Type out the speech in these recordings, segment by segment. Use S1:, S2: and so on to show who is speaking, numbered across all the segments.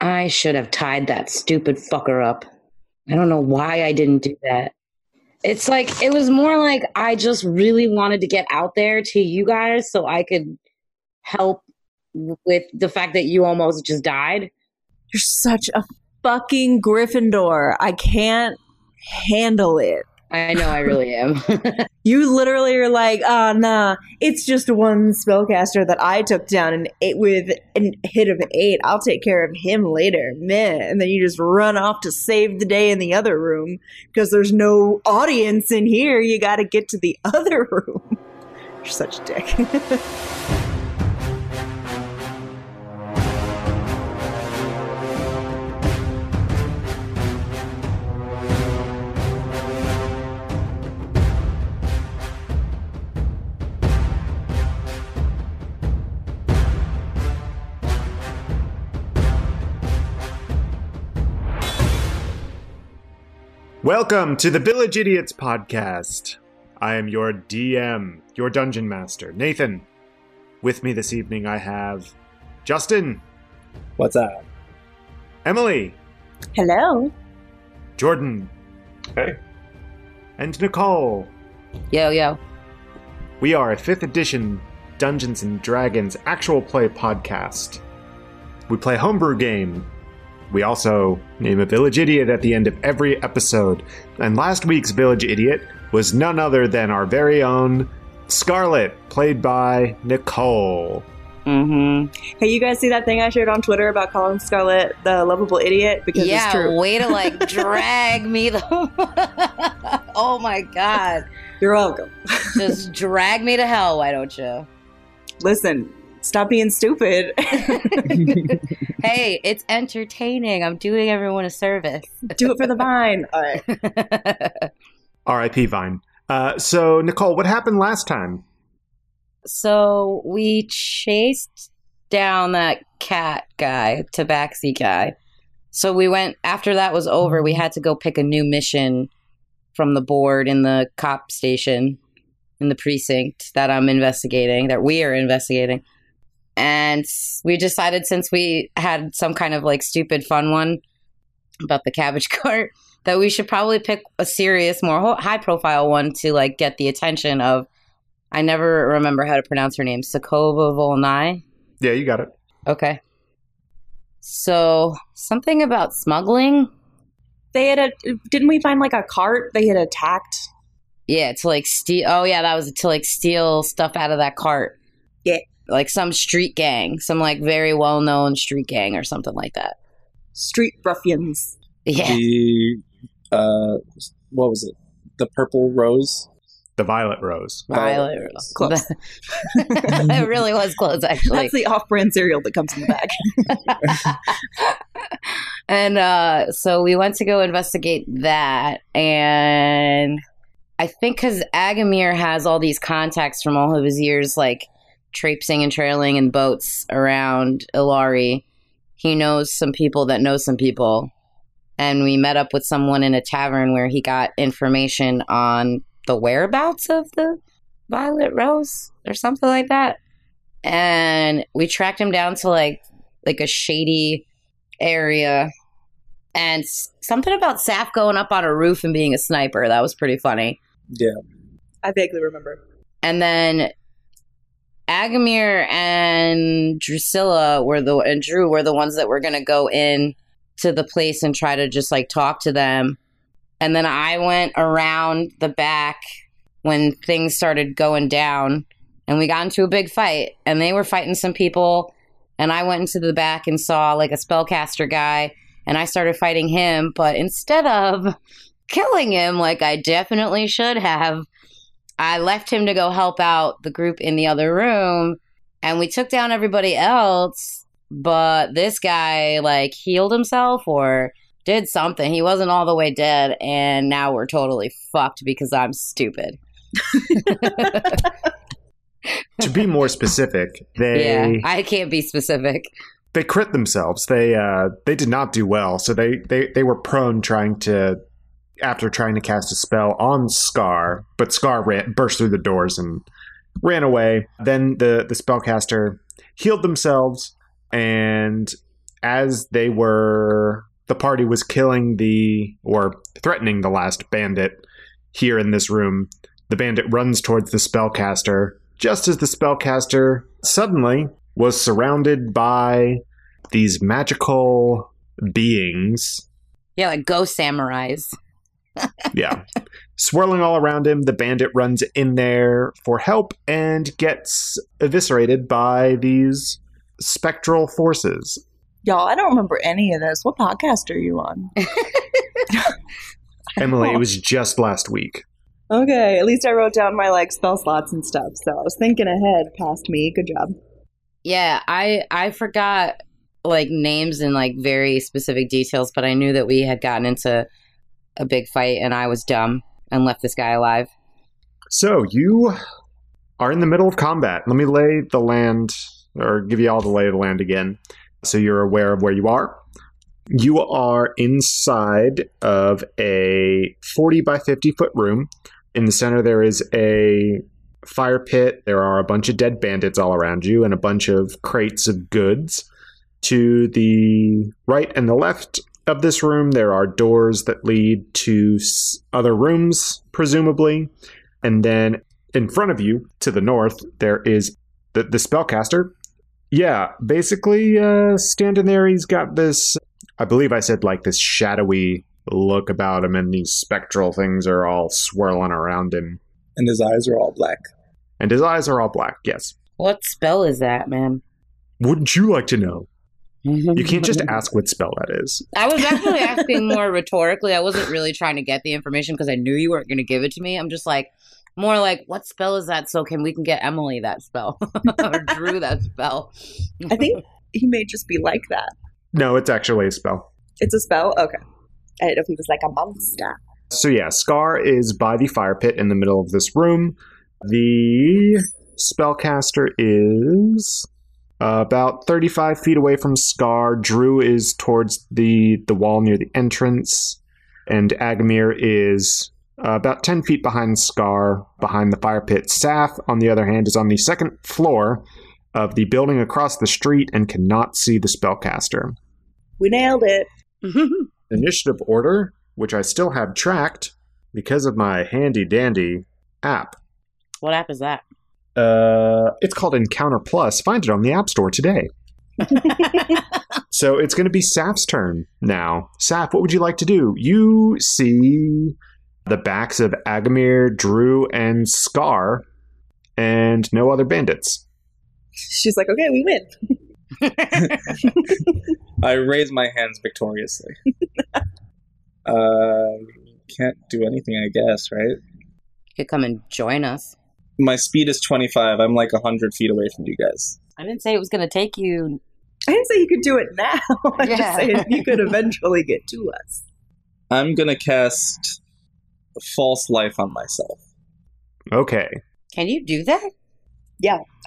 S1: I should have tied that stupid fucker up. I don't know why I didn't do that. It's like, it was more like I just really wanted to get out there to you guys so I could help with the fact that you almost just died.
S2: You're such a fucking Gryffindor. I can't handle it.
S1: I know I really am.
S2: You literally are like, oh, nah, it's just one spellcaster that I took down and it with an hit of eight. I'll take care of him later. Meh. And then you just run off to save the day in the other room because there's no audience in here. You got to get to the other room. You're such a dick.
S3: Welcome to the Village Idiots podcast. I am your DM, your dungeon master, Nathan. With me this evening, I have Justin,
S4: What's up?
S3: Emily,
S2: Hello.
S3: Jordan,
S5: Hey.
S3: and Nicole.
S1: Yo, yo.
S3: We are a 5th edition Dungeons and Dragons actual play podcast. We play homebrew game. We also name a village idiot at the end of every episode. And last week's village idiot was none other than our very own Scarlet, played by Nicole.
S1: Mm-hmm.
S2: Hey, you guys see that thing I shared on Twitter about calling Scarlett the lovable idiot? Because it's
S1: Yeah,
S2: true.
S1: way to like drag me the. oh my god.
S2: You're welcome.
S1: Just drag me to hell, why don't you?
S2: Listen, stop being stupid.
S1: Hey, it's entertaining. I'm doing everyone a service.
S2: Do it for the vine. All right.
S3: R.I.P. Vine. Uh, so, Nicole, what happened last time?
S1: so we chased down that cat guy, tabaxi guy. So we went after that was over, we had to go pick a new mission from the board in the cop station in the precinct that I'm investigating, that we are investigating. And we decided since we had some kind of like stupid fun one about the cabbage cart that we should probably pick a serious, more ho- high profile one to like get the attention of I never remember how to pronounce her name. Sokoba Volnai.
S3: Yeah, you got it.
S1: Okay. So something about smuggling.
S2: They had a. Didn't we find like a cart they had attacked?
S1: Yeah, to like steal. Oh yeah, that was to like steal stuff out of that cart.
S2: Yeah.
S1: Like some street gang, some like very well known street gang or something like that.
S2: Street ruffians.
S1: Yeah.
S4: The uh, what was it? The purple rose.
S3: The Violet Rose.
S1: Violet
S4: rose.
S2: Close.
S1: it really was close actually.
S2: That's the off-brand cereal that comes in the bag.
S1: and uh, so we went to go investigate that. And I think because Agamir has all these contacts from all of his years, like traipsing and trailing in boats around Ilari, he knows some people that know some people. And we met up with someone in a tavern where he got information on the whereabouts of the Violet Rose or something like that. And we tracked him down to like like a shady area and s- something about Saf going up on a roof and being a sniper. That was pretty funny.
S2: I vaguely remember.
S1: And then Agamir and Drusilla were the and Drew were the ones that were going to go in to the place and try to just like talk to them. And then I went around the back when things started going down and we got into a big fight and they were fighting some people and I went into the back and saw like a spellcaster guy and I started fighting him, but instead of killing him like I definitely should have, I left him to go help out the group in the other room and we took down everybody else, but this guy like healed himself or did something. He wasn't all the way dead and now we're totally fucked because I'm stupid.
S3: to be more specific,
S1: yeah,
S3: they
S1: I can't be specific.
S3: they crit themselves. They uh, they did not do well, so they, they they were prone trying to after trying to cast a spell on Scar, but Scar ran, burst through the doors and ran away. Then the the spellcaster healed themselves, and as they were the party was killing the or threatening the last bandit here in this room the bandit runs towards the spellcaster just as the spellcaster suddenly was surrounded by these magical beings
S1: Yeah, like ghost samurais.
S3: yeah swirling all around him the bandit runs in there for help and gets eviscerated by these spectral forces
S2: Y'all, I don't remember any of this. What podcast are you on?
S3: Emily, it was just last week.
S2: Okay, at least I wrote down my like spell slots and stuff, so I was thinking ahead past me. Good job.
S1: Yeah, I I forgot like names and like very specific details, but I knew that we had gotten into a big fight and I was dumb and left this guy alive.
S3: So you are in the middle of combat. Let me lay the land, or give you all the lay of the land again, so you're aware of where you are. You are inside of a 40 by 50 foot room. In the center, there is a fire pit. There are a bunch of dead bandits all around you and a bunch of crates of goods. To the right and the left of this room, there are doors that lead to s- other rooms, presumably. And then in front of you, to the north, there is the, the spellcaster. Yeah, basically, uh, standing there, he's got this, I believe I said, like this shadowy look about him, and these spectral things are all swirling around him.
S4: and his eyes are all black.
S3: And his eyes are all black, yes.
S1: What spell is that, man?
S3: Wouldn't you like to know? You
S1: You
S3: can't just ask what spell that is.
S1: I was actually asking more rhetorically. I wasn't really trying to get the information because I knew you weren't going to give it to me. I'm just like more like what spell is that? So can we can get Emily that spell or Drew that spell?
S2: I think he may just be like that.
S3: No, it's actually a spell.
S2: It's a spell? Okay. I don't know if he was like a monster.
S3: So yeah, Scar is by the fire pit in the middle of this room. The spellcaster is about 35 feet away from Scar. Drew is towards the the wall near the entrance, and Agamir is uh, about 10 feet behind Scar, behind the fire pit. Saf, on the other hand, is on the second floor of the building across the street and cannot see the spellcaster
S2: We nailed it.
S3: initiative order, which I still have tracked because of my handy dandy app.
S1: what app is that?
S3: Uh, it's called Encounter Plus. Find it on the App Store today. so it's going to be Saf's turn now. Saf, what would you like to do? You see the backs of Agamir, Drew, and Scar, and no other bandits.
S2: She's like, okay, we win.
S4: I raise my hands victoriously. um, can't do anything, I guess, right?
S1: You could come and join us.
S4: My speed is 25. I'm like 100 feet away from you guys.
S1: I didn't say it was going to take you.
S2: I didn't say you could do it now. I
S1: Yeah.
S2: just said you could eventually get to us.
S4: I'm going to cast False Life on myself.
S3: Okay.
S1: Can you do that?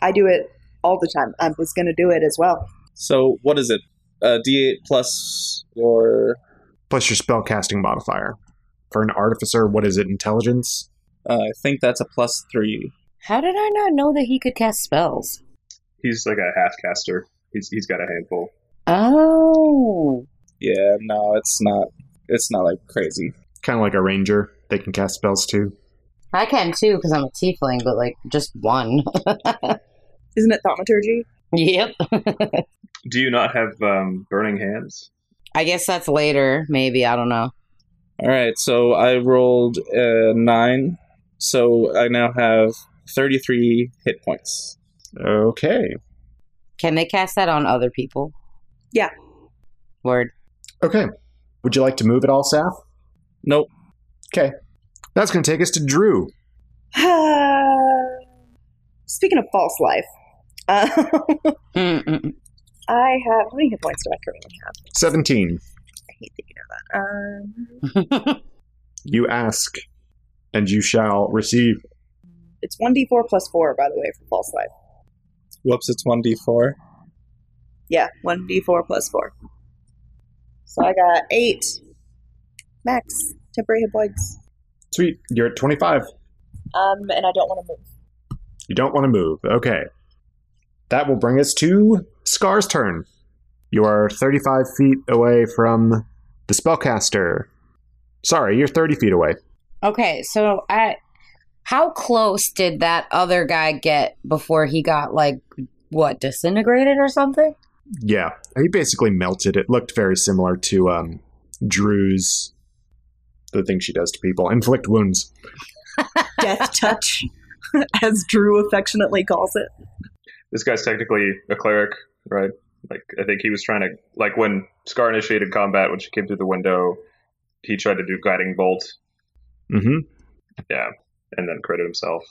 S2: I do it all the time. I was going to do it as well.
S4: So, what is it? Uh, D8 plus your.
S3: Plus your spellcasting modifier. For an artificer, what is it? Intelligence?
S4: Uh, I think that's a plus three.
S1: How did I not know that he could cast spells?
S5: He's like a half caster. He's he's got a handful.
S1: Oh.
S4: Yeah, no, it's not. It's not like crazy.
S3: kind of like a ranger. They can cast spells too.
S1: I can too because I'm a tiefling, but like just one.
S2: Isn't it thaumaturgy?
S1: yep.
S5: Do you not have um, burning hands?
S1: I guess that's later, maybe. I don't know.
S4: All right, so I rolled a nine, so I now have thirty-three hit points.
S3: Okay.
S1: Can they cast that on other people?
S2: Yeah.
S1: Word.
S3: Okay. Would you like to move at all, Saf?
S4: Nope.
S3: That's going to take us to Drew.
S2: Speaking of false life, uh,
S1: Mm-mm.
S2: I have. How many hit points do I currently have?
S3: 17.
S2: I hate thinking of that. Um,
S3: You ask, and you shall receive.
S2: it's 1d4 plus 4, by the way, for false life.
S4: Whoops, it's one d four.
S2: Yeah, 1d4 plus 4. So I got 8 max temporary hit points.
S3: Sweet. You're at 25.
S2: Um, and I don't want to move.
S3: You don't want to move. Okay. That will bring us to Scar's turn. You are 35 feet away from the spellcaster. Sorry, you're 30 feet away.
S1: Okay, so I how close did that other guy get before he got like what disintegrated or something?
S3: Yeah, he basically melted. It looked very similar to um, Drew's, the thing she does to people, inflict wounds.
S2: Death touch, as Drew affectionately calls it.
S5: This guy's technically a cleric, right? Like I think he was trying to like when Scar initiated combat when she came through the window, he tried to do guiding bolt,
S3: Mm-hmm.
S5: yeah, and then critted himself.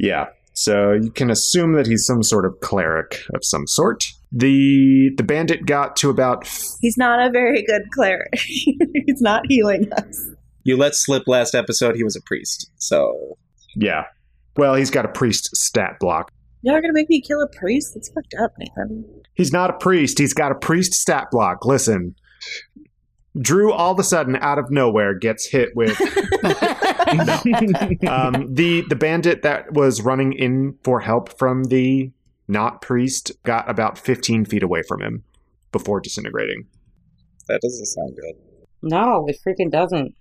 S3: Yeah, so you can assume that he's some sort of cleric of some sort. The the bandit got to about
S2: He's not a very good cleric. He's not healing us.
S4: You let slip last episode he was a priest. So
S3: yeah. Well, he's got a priest stat block.
S2: Y'all are gonna make me kill a priest? That's fucked up, Nathan.
S3: He's not a priest. He's got a priest stat block. Listen. Drew all of a sudden out of nowhere gets hit with um, the the bandit that was running in for help from the not priest got about 15 feet away from him before disintegrating.
S4: that doesn't sound good.
S1: no, it freaking doesn't.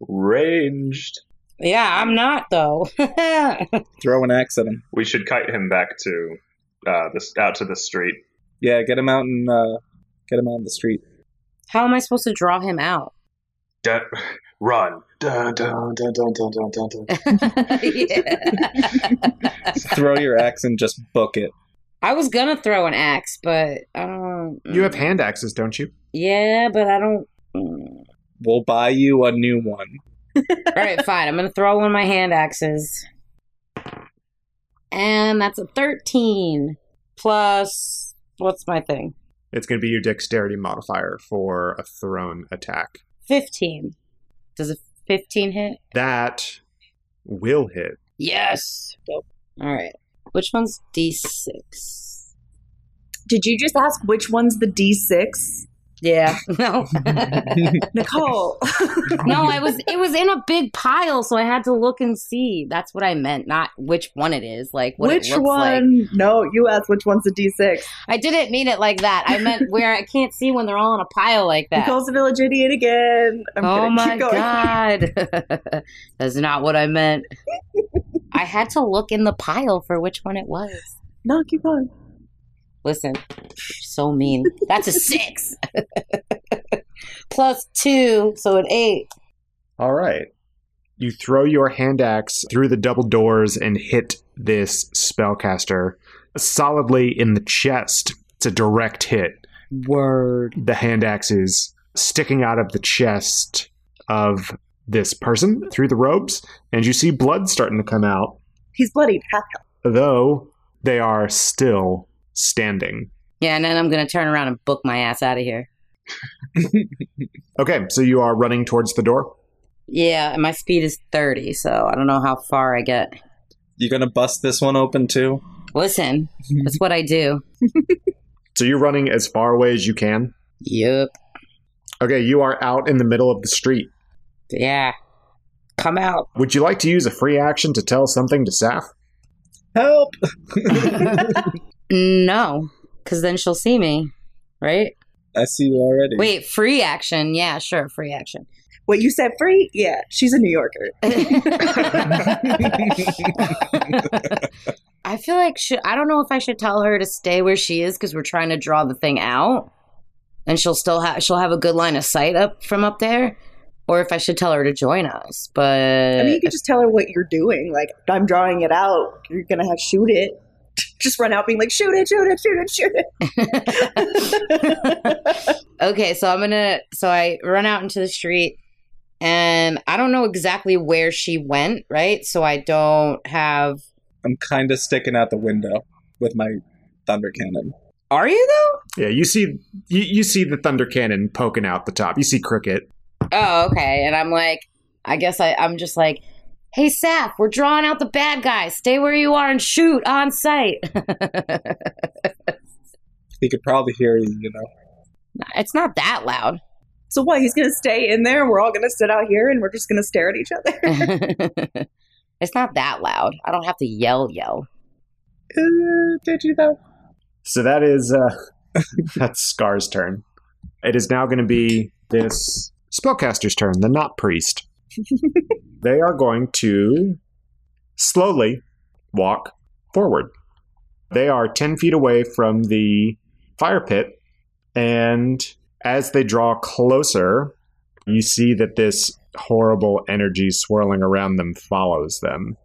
S5: Ranged.
S1: Yeah, I'm not though.
S4: Throw an axe at him.
S5: We should kite him back to uh, this out to the street.
S4: Yeah, get him out and uh, get him out on the street.
S1: how am I supposed to draw him out?
S5: Da- run.
S6: Dun, dun, dun, dun, dun, dun, dun, dun.
S4: Throw your axe and just book it.
S1: I was gonna throw an axe, but I don't.
S3: You have hand axes, don't you?
S1: Yeah, but I don't. mm. All
S4: We'll buy you a new one.
S1: right, fine. I'm gonna throw one of my hand axes, and that's a thirteen plus what's my thing?
S3: It's going to be your dexterity modifier for a thrown attack.
S1: Fifteen. Does a fifteen hit?
S3: That will hit.
S1: Yes. All right. Which one's D six?
S2: Did you just ask which one's the D6?
S1: Yeah. No.
S2: Nicole.
S1: no, I was it was in a big pile, so I had to look and see. That's what I meant, not which one it is, like what it
S2: which
S1: looks like.
S2: one? No, you asked which one's the D6.
S1: I didn't mean it like that. I meant where I can't see when they're all in a pile like that.
S2: Nicole's a village idiot again. I'm
S1: oh
S2: kidding.
S1: my
S2: Keep going.
S1: god. That's not what I meant. I had to look in the pile for which one it was.
S2: No, keep going.
S1: Listen, so mean. That's a six. Plus two, so an eight.
S3: All right. You throw your hand axe through the double doors and hit this spellcaster solidly in the chest. It's a direct hit.
S1: Word.
S3: the hand axes sticking out of the chest of this person through the ropes, and you see blood starting to come out,
S2: He's bloodied. Ha, ha.
S3: though they are still standing.
S1: Yeah, and then I'm gonna turn around and book my ass out of here.
S3: Okay, so you are running towards the door.
S1: Yeah, and my speed is thirty, so I don't know how far I get.
S4: You gonna bust this one open too?
S1: Listen, that's what I do.
S3: So you're running as far away as you can.
S1: Yep.
S3: Okay, you are out in the middle of the street.
S1: Yeah. Come out.
S3: Would you like to use a free action to tell something to Saf?
S4: Help!
S1: No, because then she'll see me, right?
S4: I see you already.
S1: Wait, free action. Yeah, sure, free action.
S2: What you said free? Yeah, she's a New Yorker.
S1: I feel like should, I don't know if I should tell her to stay where she is because we're trying to draw the thing out, and she'll still have she'll have a good line of sight up from up there, or if I should tell her to join us. But
S2: I mean, you could just tell her what you're doing. Like, I'm drawing it out. You're going to have shoot it. Just run out being like, shoot it, shoot it, shoot it, shoot it.
S1: okay, so I'm gonna so I run out into the street, and I don't know exactly where she went, right? So I don't have.
S4: I'm kind of sticking out the window with my thunder cannon.
S1: Are you though?
S3: Yeah, you see, you, you see the thunder cannon poking out the top. You see Cricket.
S1: Oh, okay. And I'm like, I guess I I'm just like, hey, Saf, we're drawing out the bad guy. Stay where you are and shoot on sight.
S4: He could probably hear you, you know.
S1: it's not that loud.
S2: so, what? He's going to stay in there and we're all going to sit out here and we're just going to stare at each other?
S1: it's not that loud. I don't have to yell, yell.
S4: "Eh, Uh, did you though?
S3: So that is uh, That's Scar's turn. It is now going to be this spellcaster's turn, the not priest. they are going to slowly walk forward. They are 10 feet away from the fire pit, and as they draw closer, you see that this horrible energy swirling around them follows them.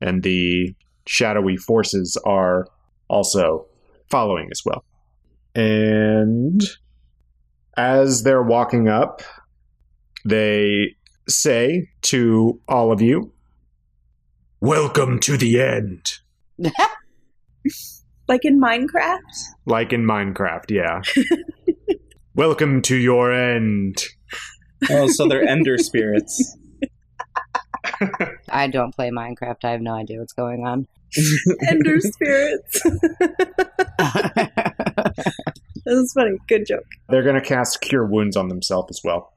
S3: And the shadowy forces are also following as well. And as they're walking up, they say to all of you, Welcome to the end.
S2: Like in Minecraft?
S3: Like in Minecraft, yeah. Welcome to your end.
S4: Oh, so they're ender spirits.
S1: I don't play Minecraft. I have no idea what's going on.
S2: Ender spirits. This is funny. Good joke.
S3: They're going to cast Cure Wounds on themselves as well.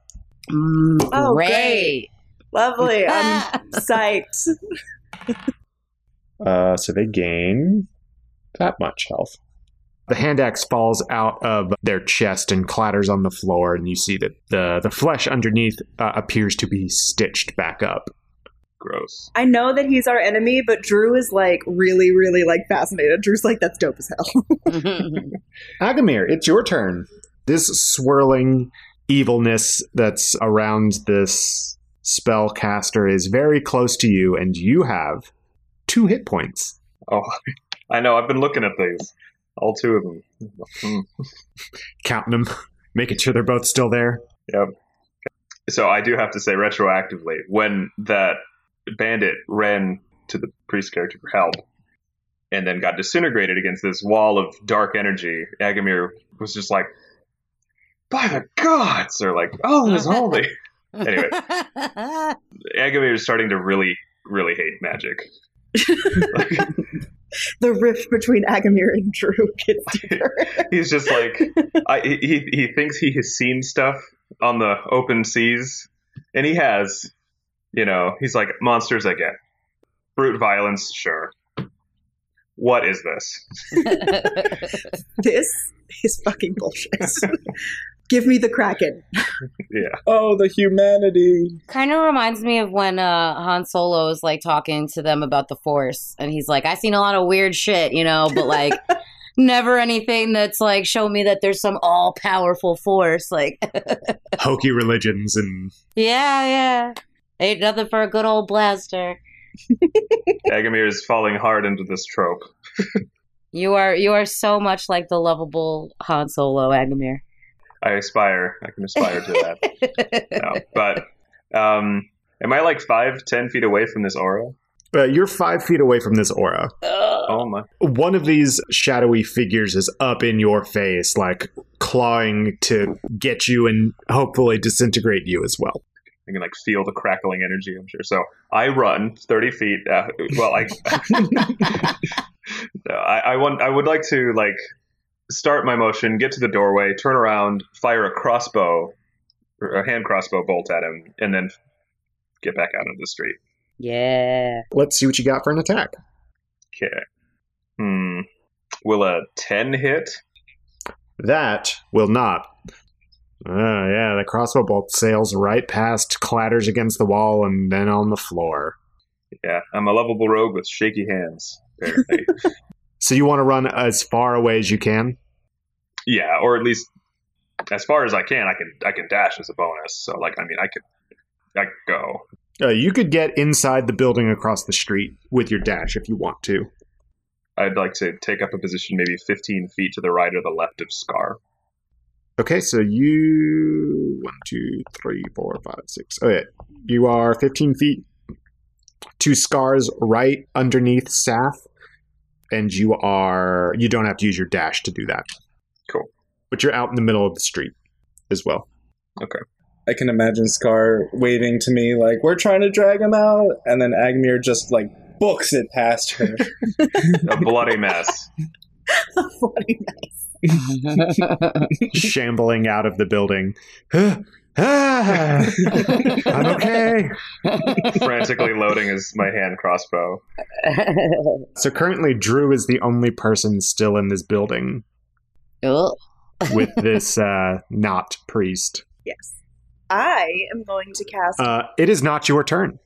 S1: Mm,
S2: Oh,
S1: great.
S2: Lovely. Um, I'm psyched.
S3: Uh, so they gain that much health. The hand axe falls out of their chest and clatters on the floor, and you see that the, the flesh underneath uh, appears to be stitched back up.
S5: Gross.
S2: I know that he's our enemy, but Drew is like really, really like fascinated. Drew's like, that's dope as hell.
S3: Agamir, it's your turn. This swirling evilness that's around this spellcaster is very close to you, and you have two hit points.
S5: Oh, I know. I've been looking at these, all two of them. Hmm.
S3: Counting them, making sure they're both still there.
S5: So I do have to say, retroactively, when that bandit ran to the priest character for help and then got disintegrated against this wall of dark energy, Agamir was just like, by the gods! Or like, oh, this is holy. Anyway. Agamir is starting to really, really hate magic.
S2: the rift between Agamir and Drew gets deeper.
S5: He's just like, I, he- he, he thinks he has seen stuff on the open seas, and he has. You know, he's like, monsters, I get. Brute violence, sure. What is this?
S2: this is fucking bullshit. Give me the Kraken.
S4: Oh, the humanity.
S1: kind of reminds me of when uh, Han Solo is like talking to them about the Force, and he's like, "I've seen a lot of weird shit, you know, but like." Never anything that's like show me that there's some all powerful force. Like,
S3: Hokey religions and
S1: yeah, yeah, ain't nothing for a good old blaster.
S5: Agamir is falling hard into this trope.
S1: You are you are so much like the lovable Han Solo, Agamir.
S5: I aspire. I can aspire to that. No, but um, am I like five, ten feet away from this aura?
S3: Uh, you're five feet away from this aura.
S5: Oh my!
S3: One of these shadowy figures is up in your face, like clawing to get you and hopefully disintegrate you as well.
S5: I can like feel the crackling energy. I'm sure. So I run thirty feet. Uh, well, I No, I, I want. I would like to like start my motion, get to the doorway, turn around, fire a crossbow, or a hand crossbow bolt at him, and then get back out into the street.
S1: yeah.
S3: Let's see what you got for an attack.
S5: Okay. Hmm. Will a ten hit?
S3: That will not. Uh, yeah, the crossbow bolt sails right past, clatters against the wall, and then on the floor.
S5: Yeah, I'm a lovable rogue with shaky hands. Apparently.
S3: So you want to run as far away as you can?
S5: yeah, or at least as far as I can. I can. I can dash as a bonus. So like, I mean, I could. I could go.
S3: Uh, you could get inside the building across the street with your dash if you want to.
S5: I'd like to take up a position maybe 15 feet to the right or the left of Scar.
S3: Okay, so you one, two, three, four, five, six. Oh yeah, you are fifteen feet to scars right underneath Saf, and you are you don't have to use your dash to do that.
S5: Cool.
S3: But you're out in the middle of the street as well.
S4: I can imagine Scar waving to me like, we're trying to drag him out. And then Agmir just like books it past her.
S5: A bloody mess.
S2: Bloody nice.
S3: Shambling out of the building. Ah, I'm okay.
S5: frantically loading his my hand crossbow.
S3: So currently Drew is the only person still in this building.
S1: Oh,
S3: with this uh, not priest.
S2: Yes. I am going to cast.
S3: Uh, it is not your turn.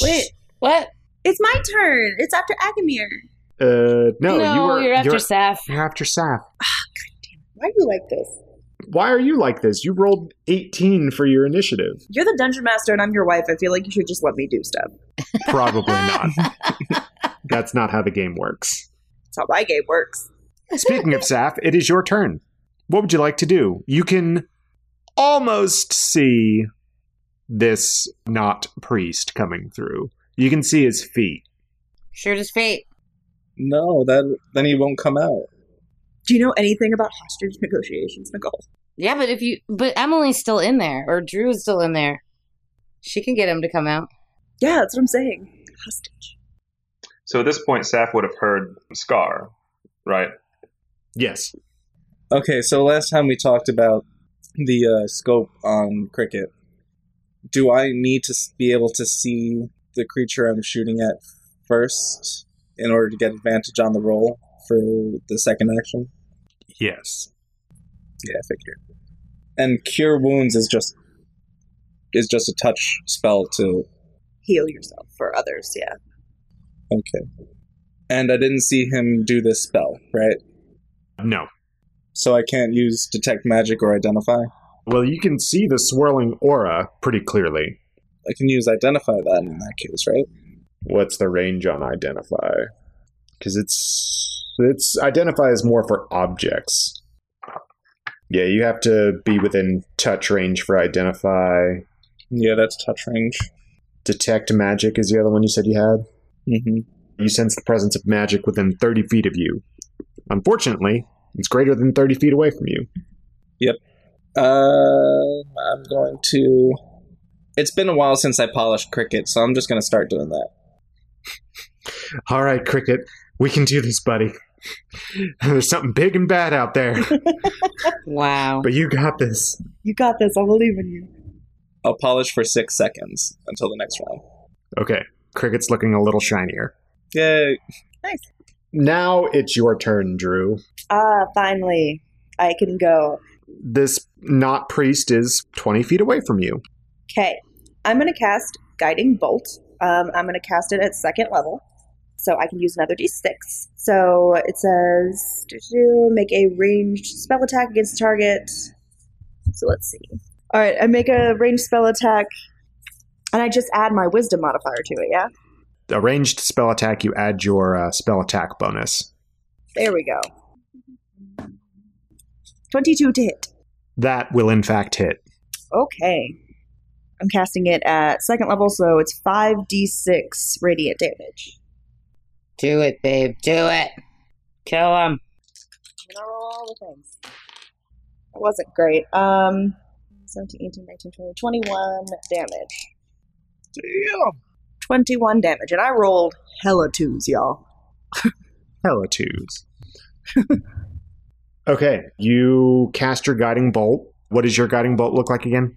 S2: Wait,
S1: what?
S2: it's my turn. It's after Agamir.
S3: Uh, no, you were,
S1: are after
S3: you're,
S1: Saf.
S3: you're after Saf.
S2: Why do you like this?
S3: Why are you like this? You rolled 18 for your initiative.
S2: You're the dungeon master and I'm your wife. I feel like you should just let me do stuff.
S3: Probably not. That's not how the game works.
S2: That's how my game works.
S3: Speaking of Saf, it is your turn. What would you like to do? You can almost see this not priest coming through. You can see his feet.
S1: Sure as fate.
S4: No, that then he won't come out.
S2: Do you know anything about hostage negotiations, Nicole?
S1: Yeah, but if you, but Emily's still in there, or Drew is still in there. She can get him to come out.
S2: Yeah, that's what I'm saying. Hostage.
S5: So at this point, Saf would have heard Scar, right?
S3: Yes.
S4: Okay, so last time we talked about the uh, scope on cricket. Do I need to s- be able to see the creature I'm shooting at first in order to get advantage on the roll for the second action?
S3: Yes.
S4: Yeah, I figured. And cure wounds is just is just a touch spell to
S2: Heal yourself for others, yeah.
S4: okay. And I didn't see him do this spell, right?
S3: No.
S4: So I can't use detect magic or identify.
S3: Well, you can see the swirling aura pretty clearly.
S4: I can use identify that in that case, right?
S3: What's the range on identify? Because it's it's identify is more for objects. Yeah, you have to be within touch range for identify.
S4: Yeah, that's touch range.
S3: Detect magic is the other one you said you had.
S4: hmm
S3: You sense the presence of magic within 30 feet of you. Unfortunately, it's greater than 30 feet away from you.
S4: Um, I'm going to. It's been a while since I polished cricket, so I'm just going to start doing that.
S3: All right, Cricket, we can do this, buddy. There's something big and bad out there,
S1: Wow.
S3: but you got this.
S2: You got this. I believe in you.
S4: I'll polish for six seconds until the next round.
S3: Okay, Cricket's looking a little shinier.
S4: Yay!
S3: Now it's your turn, Drew.
S2: Ah, finally. I can go.
S3: This not priest is 20 feet away from you.
S2: Okay. I'm going to cast Guiding Bolt. Um, I'm going to cast it at second level. So I can use another d6. So it says doo-doo, make a ranged spell attack against the target. So let's see. All right. I make a ranged spell attack. And I just add my wisdom modifier to it, yeah?
S3: A ranged spell attack, you add your uh, spell attack bonus.
S2: There we go. 22 to hit.
S3: That will, in fact, hit.
S2: Okay. I'm casting it at second level, so it's 5d6 radiant damage.
S1: Do it, babe. Do it. Kill him.
S2: I'm gonna roll all the things. It wasn't great. Um, 17, 18, 19, 20, 21 damage. Damn! 21 damage, and I rolled hella twos, y'all.
S3: Hella twos. okay, you cast your guiding bolt. What does your guiding bolt look like again?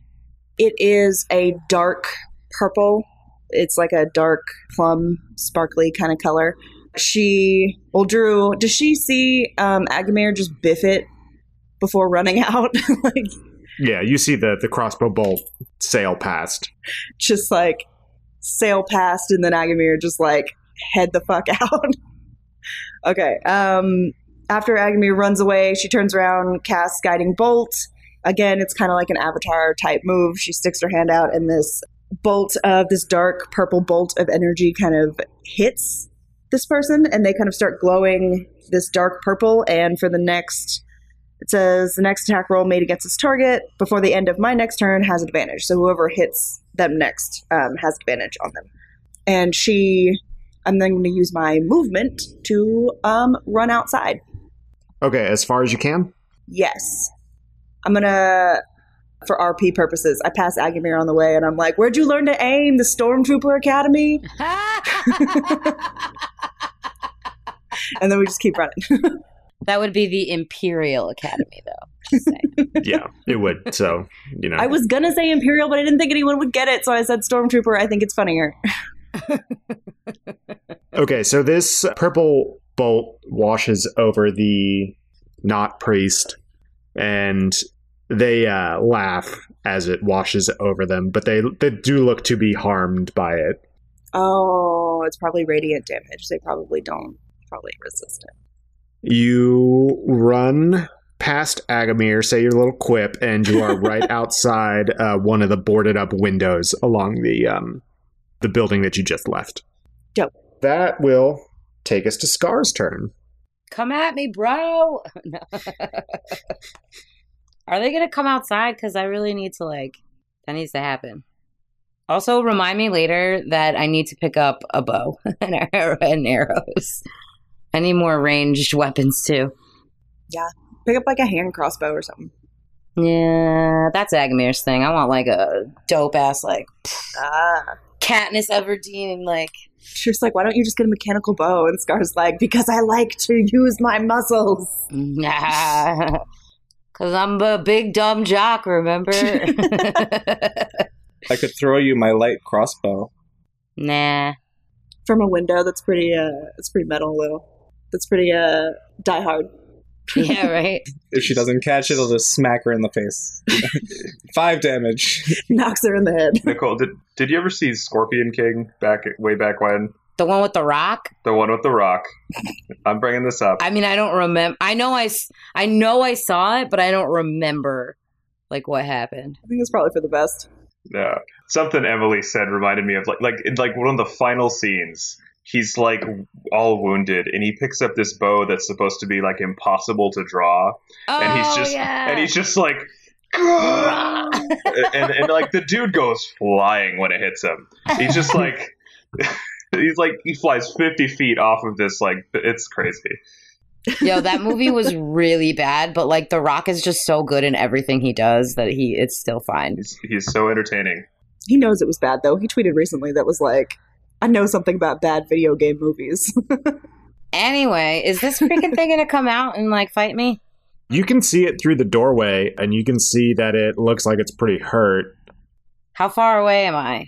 S2: It is a dark purple. It's like a dark plum, sparkly kind of color. She, well, Drew, does she see um, Agamir just biff it before running out? like,
S3: Yeah, you see the, the crossbow bolt sail past.
S2: just like sail past and then Agamir just like head the fuck out. okay. Um after Agamir runs away, she turns around, casts guiding bolt. Again, it's kind of like an avatar type move. She sticks her hand out and this bolt of this dark purple bolt of energy kind of hits this person and they kind of start glowing this dark purple and for the next it says the next attack roll made against its target before the end of my next turn has advantage. So whoever hits them next um, has advantage on them. And she, I'm then going to use my movement to um, run outside.
S3: Okay, as far as you can.
S2: Yes, I'm gonna for RP purposes. I pass Agamir on the way, and I'm like, "Where'd you learn to aim? The Stormtrooper Academy?" And then we just keep running.
S1: that would be the Imperial Academy, though. Just saying.
S3: Yeah, it would. So, you know.
S2: I was gonna say Imperial, but I didn't think anyone would get it, so I said Stormtrooper. I think it's funnier.
S3: Okay, so this purple bolt washes over the not priest, and they uh, laugh as it washes over them, but they they do look to be harmed by it.
S2: Oh, it's probably radiant damage. They probably don't probably resist it.
S3: You run past Agamir, say your little quip, and you are right outside uh, one of the boarded up windows along the um, the building that you just left.
S2: Dope.
S3: That will take us to Scar's turn.
S1: Come at me, bro. No. Are they gonna come outside? Because I really need to like that needs to happen. Also, remind me later that I need to pick up a bow and, arrow- and arrows. I need more ranged weapons too.
S2: Pick up like a hand crossbow or something.
S1: Yeah, that's Agamir's thing. I want like a dope ass like
S2: Ah.
S1: Katniss Everdeen like
S2: She's like, why don't you just get a mechanical bow? And Scar's like, because I like to use my muscles.
S1: Nah. Cause I'm a big dumb jock, remember?
S4: I could throw you my light crossbow.
S1: nah.
S2: From a window that's pretty uh it's pretty metal though. That's pretty uh die hard.
S1: Yeah, right.
S4: If she doesn't catch it, it'll just smack her in the face. Five damage.
S2: Knocks her in the head.
S5: Nicole, did did you ever see Scorpion King back way back when?
S1: The one with the rock?
S5: The one with the rock. I'm bringing this up.
S1: I mean, I don't remember. I know I, s- I know I saw it, but I don't remember like what happened.
S2: I think it's probably for the best.
S5: Yeah. Something Emily said reminded me of like like in, like one of the final scenes. He's like all wounded, and he picks up this bow that's supposed to be like impossible to draw,
S1: Oh,
S5: and he's just
S1: yeah.
S5: and he's just like, "Gah!" and and like the dude goes flying when it hits him. He's just like, he's like he flies fifty feet off of this like it's crazy.
S1: Yo, that movie was really bad, but like The Rock is just so good in everything he does that he it's still fine.
S5: He's he's so entertaining.
S2: He knows it was bad though. He tweeted recently that was like, I know something about bad video game movies.
S1: Anyway, is this freaking thing gonna come out and like fight me?
S3: You can see it through the doorway, and you can see that it looks like it's pretty hurt.
S1: How far away am I?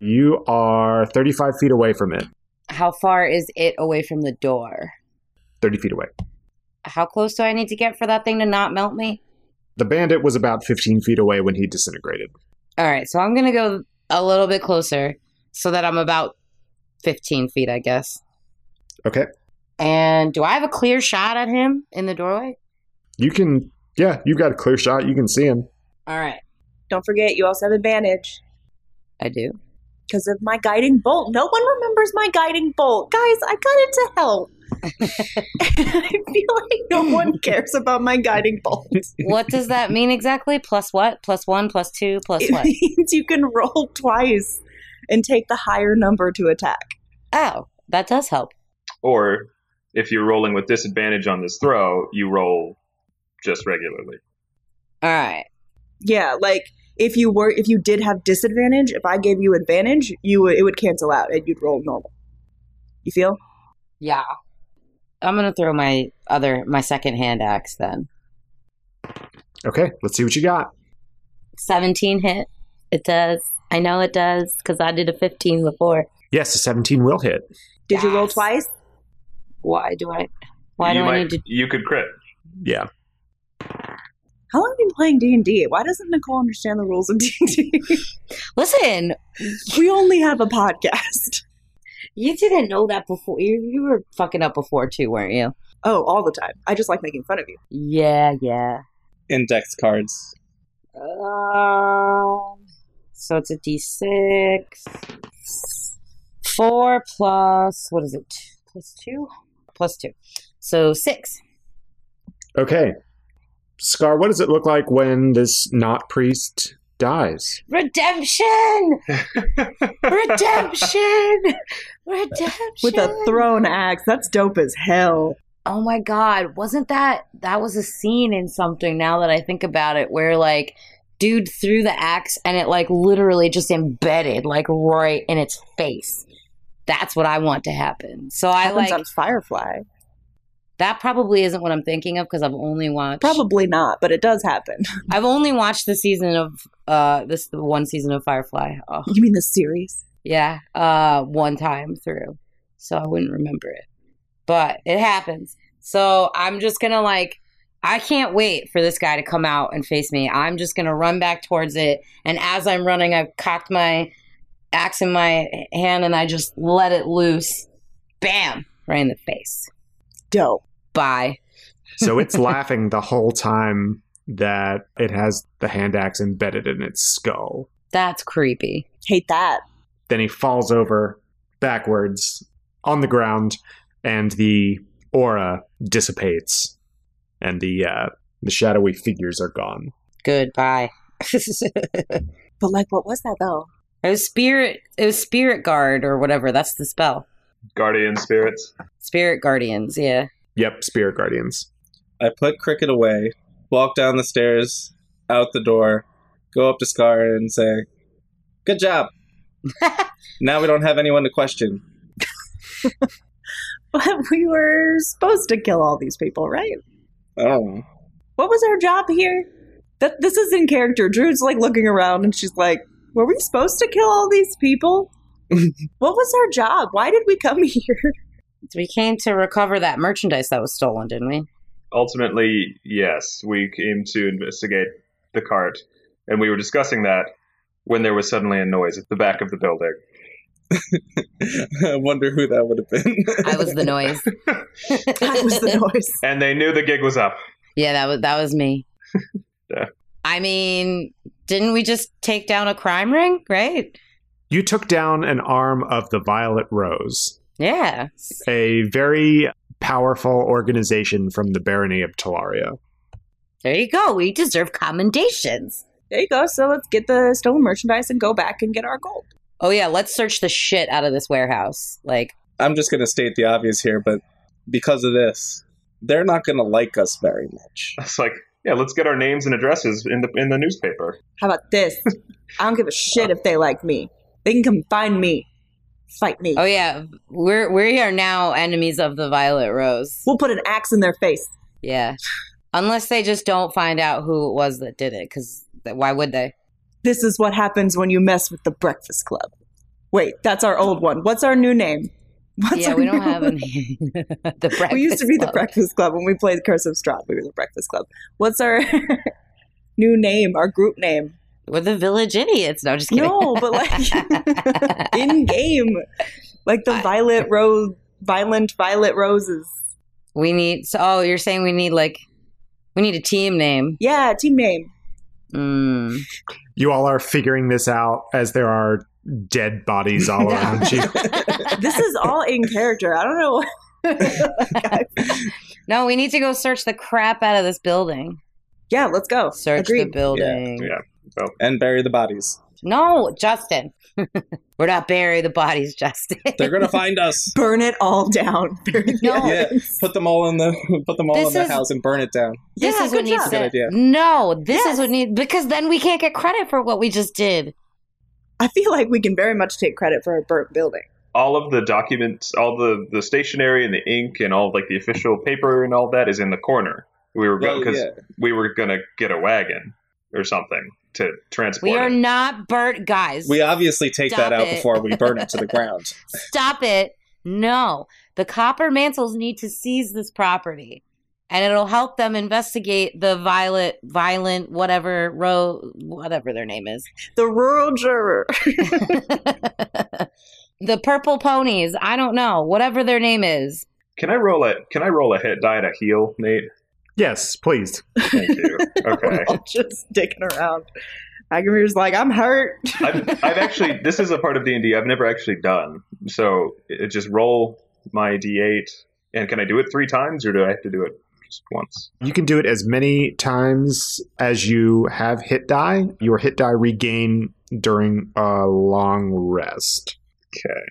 S3: You are 35 feet away from it,
S1: How far is it away from the door?
S3: 30 feet away.
S1: How close do I need to get for that thing to not melt me?
S3: The bandit was about 15 feet away when he disintegrated.
S1: All right, so I'm gonna go a little bit closer so that I'm about 15 feet, I guess.
S3: Okay.
S1: And do I have a clear shot at him in the doorway?
S3: You can, yeah, you've got a clear shot. You can see him.
S1: All right,
S2: Don't forget, you also have advantage
S1: I do.
S2: because of my guiding bolt. No one remembers my guiding bolt. Guys, I got it to help. I feel like no one cares about my guiding bolt.
S1: What does that mean exactly? Plus what? Plus one, plus two, plus
S2: It
S1: what?
S2: means you can roll twice and take the higher number to attack.
S1: Oh, that does help.
S5: Or if you're rolling with disadvantage on this throw, you roll just regularly.
S1: All right.
S2: Yeah, like if you were if you did have disadvantage, if I gave you advantage, you would it would cancel out and you'd roll normal. You feel?
S1: Yeah. I'm going to throw my other, my second hand axe then.
S3: Okay, let's see what you got.
S1: 17 hit. It does. I know it does because I did a 15 before.
S3: Yes, a 17 will hit.
S2: Did you roll
S1: Yes.
S2: twice?
S1: Why do I, why do
S5: you
S1: I
S5: might-
S1: need to?
S5: You could crit.
S3: Yeah.
S2: How long have you been playing D and D? Why doesn't Nicole understand the rules of D and D?
S1: Listen,
S2: We only have a podcast.
S1: you didn't know that before. You, you were fucking up before too, weren't you?
S2: Oh, all the time. I just like making fun of you.
S1: Yeah, yeah.
S4: Index cards.
S1: Um, so it's a d6. Four plus, what is it? Two- Plus two? Plus two. So six.
S3: Okay. Scar, what does it look like when this not priest dies?
S1: Redemption! Redemption! Redemption!
S2: With a thrown axe, that's dope as hell.
S1: Oh my god, wasn't that that was a scene in something now that I think about it where like dude threw the axe and it like literally just embedded like right in its face. That's what I want to happen. So I
S2: Happens
S1: like
S2: on Firefly.
S1: that probably isn't what I'm thinking of because I've only watched
S2: Probably not, but it does happen.
S1: I've only watched the season of uh this the one season of Firefly. Oh,
S2: You mean the series?
S1: yeah, uh one time through. So I wouldn't remember it. But it happens. So I'm just going to like I can't wait for this guy to come out and face me. I'm just going to run back towards it. And as I'm running, I've cocked my axe in my hand and I just let it loose. Bam! Right in the face.
S2: Dope.
S1: Bye.
S3: So it's laughing the whole time that it has the hand axe embedded in its skull.
S1: That's creepy.
S2: Hate that.
S3: Then he falls over backwards on the ground, and the aura dissipates, and the uh, the shadowy figures are gone.
S1: Goodbye.
S2: But like, what was that though?
S1: it was spirit. It was spirit guard or whatever. That's the spell.
S5: Guardian spirits.
S1: Spirit guardians. Yeah.
S3: Yep, spirit guardians.
S4: I put Cricket away, walk down the stairs, out the door, go up to Scar and say, Good job. now we don't have anyone to question.
S2: But we were supposed to kill all these people, right?
S4: I don't know.
S2: What was our job here? That this is in character. Druid's like looking around and she's like, "Were we supposed to kill all these people? what was our job? Why did we come here?"
S1: We came to recover that merchandise that was stolen, didn't we?
S5: Ultimately, yes, we came to investigate the cart, and we were discussing that when there was suddenly a noise at the back of the building.
S4: I wonder who that would have been.
S1: I was the noise.
S2: That was the noise.
S5: And they knew the gig was up.
S1: Yeah, that was that was me.
S5: Yeah.
S1: I mean, didn't we just take down a crime ring? Right?
S3: You took down an arm of the Violet Rose,
S1: Yeah.
S3: a very powerful organization from the barony of Talaria.
S1: There you go. We deserve commendations.
S2: There you go. So let's get the stolen merchandise and go back and get our gold.
S1: Oh yeah, let's search the shit out of this warehouse. Like,
S4: I'm just going to state the obvious here, but because of this, they're not going to like us very much.
S5: It's like, yeah, let's get our names and addresses in the in the newspaper.
S2: How about this? I don't give a shit if they like me. They can come find me, fight me.
S1: oh yeah, we're we are now enemies of the Violet Rose.
S2: We'll put an axe in their face.
S1: Yeah. Unless they just don't find out who it was that did it, because why would they?
S2: This is what happens when you mess with the Breakfast Club. Wait, that's our old one. What's our new name? What's
S1: yeah,
S2: our
S1: we don't
S2: new
S1: have
S2: one?
S1: any. the breakfast.
S2: we used to be the
S1: Club.
S2: Breakfast Club when we played Curse of Strahd. We were the Breakfast Club. What's our new name? Our group name?
S1: We're the village idiots. No, just kidding.
S2: No, but like in game, like the
S1: I-
S2: Violet Rose, Violent Violet Roses.
S1: we need. So, oh, you're saying we need like we need a team name.
S2: Yeah, team name.
S1: Mm.
S3: You all are figuring this out as there are dead bodies all around you.
S2: This is all in character. I don't know.
S1: No, we need to go search the crap out of this building.
S2: Yeah, let's go.
S1: Search the
S2: Agreed.
S1: building.
S5: Yeah.
S4: And bury the bodies.
S1: No, Justin. We're not burying the bodies, Justin.
S4: They're going to find us.
S2: Burn it all down.
S1: No.
S4: Yeah, put them all in the put them all
S1: This
S4: in the
S1: is-
S4: house and burn it down.
S1: This
S2: Yeah,
S1: is
S2: good
S1: what needs
S2: job.
S1: to.
S4: Good idea.
S1: No, this
S2: Yes.
S1: is what needs because then we can't get credit for what we just did.
S2: I feel like we can very much take credit for a burnt building.
S5: All of the documents, all the the stationery and the ink and all of, like the official paper and all that is in the corner. We were
S4: Well,
S5: going because
S4: yeah.
S5: we were gonna get a wagon or something to transport.
S1: We are
S5: it.
S1: not burnt guys.
S4: We obviously take
S1: Stop
S4: that out
S1: it.
S4: before we burn it to the ground.
S1: Stop it. No. The copper mantles need to seize this property. And it'll help them investigate the violet, violent, whatever row, whatever their name is.
S2: The rural juror.
S1: the purple ponies. I don't know. Whatever their name is.
S5: Can I roll a Can I roll a hit die to heal, Nate?
S3: yes, please.
S5: Thank you. Okay.
S2: I'm just dicking around. Agamir's like, I'm hurt.
S5: I've, I've actually this is a part of D and D I've never actually done. So it, just roll my D8, and can I do it three times, or do I have to do it just once?
S3: You can do it as many times as you have hit die. Your hit die regain during a long rest.
S5: Okay.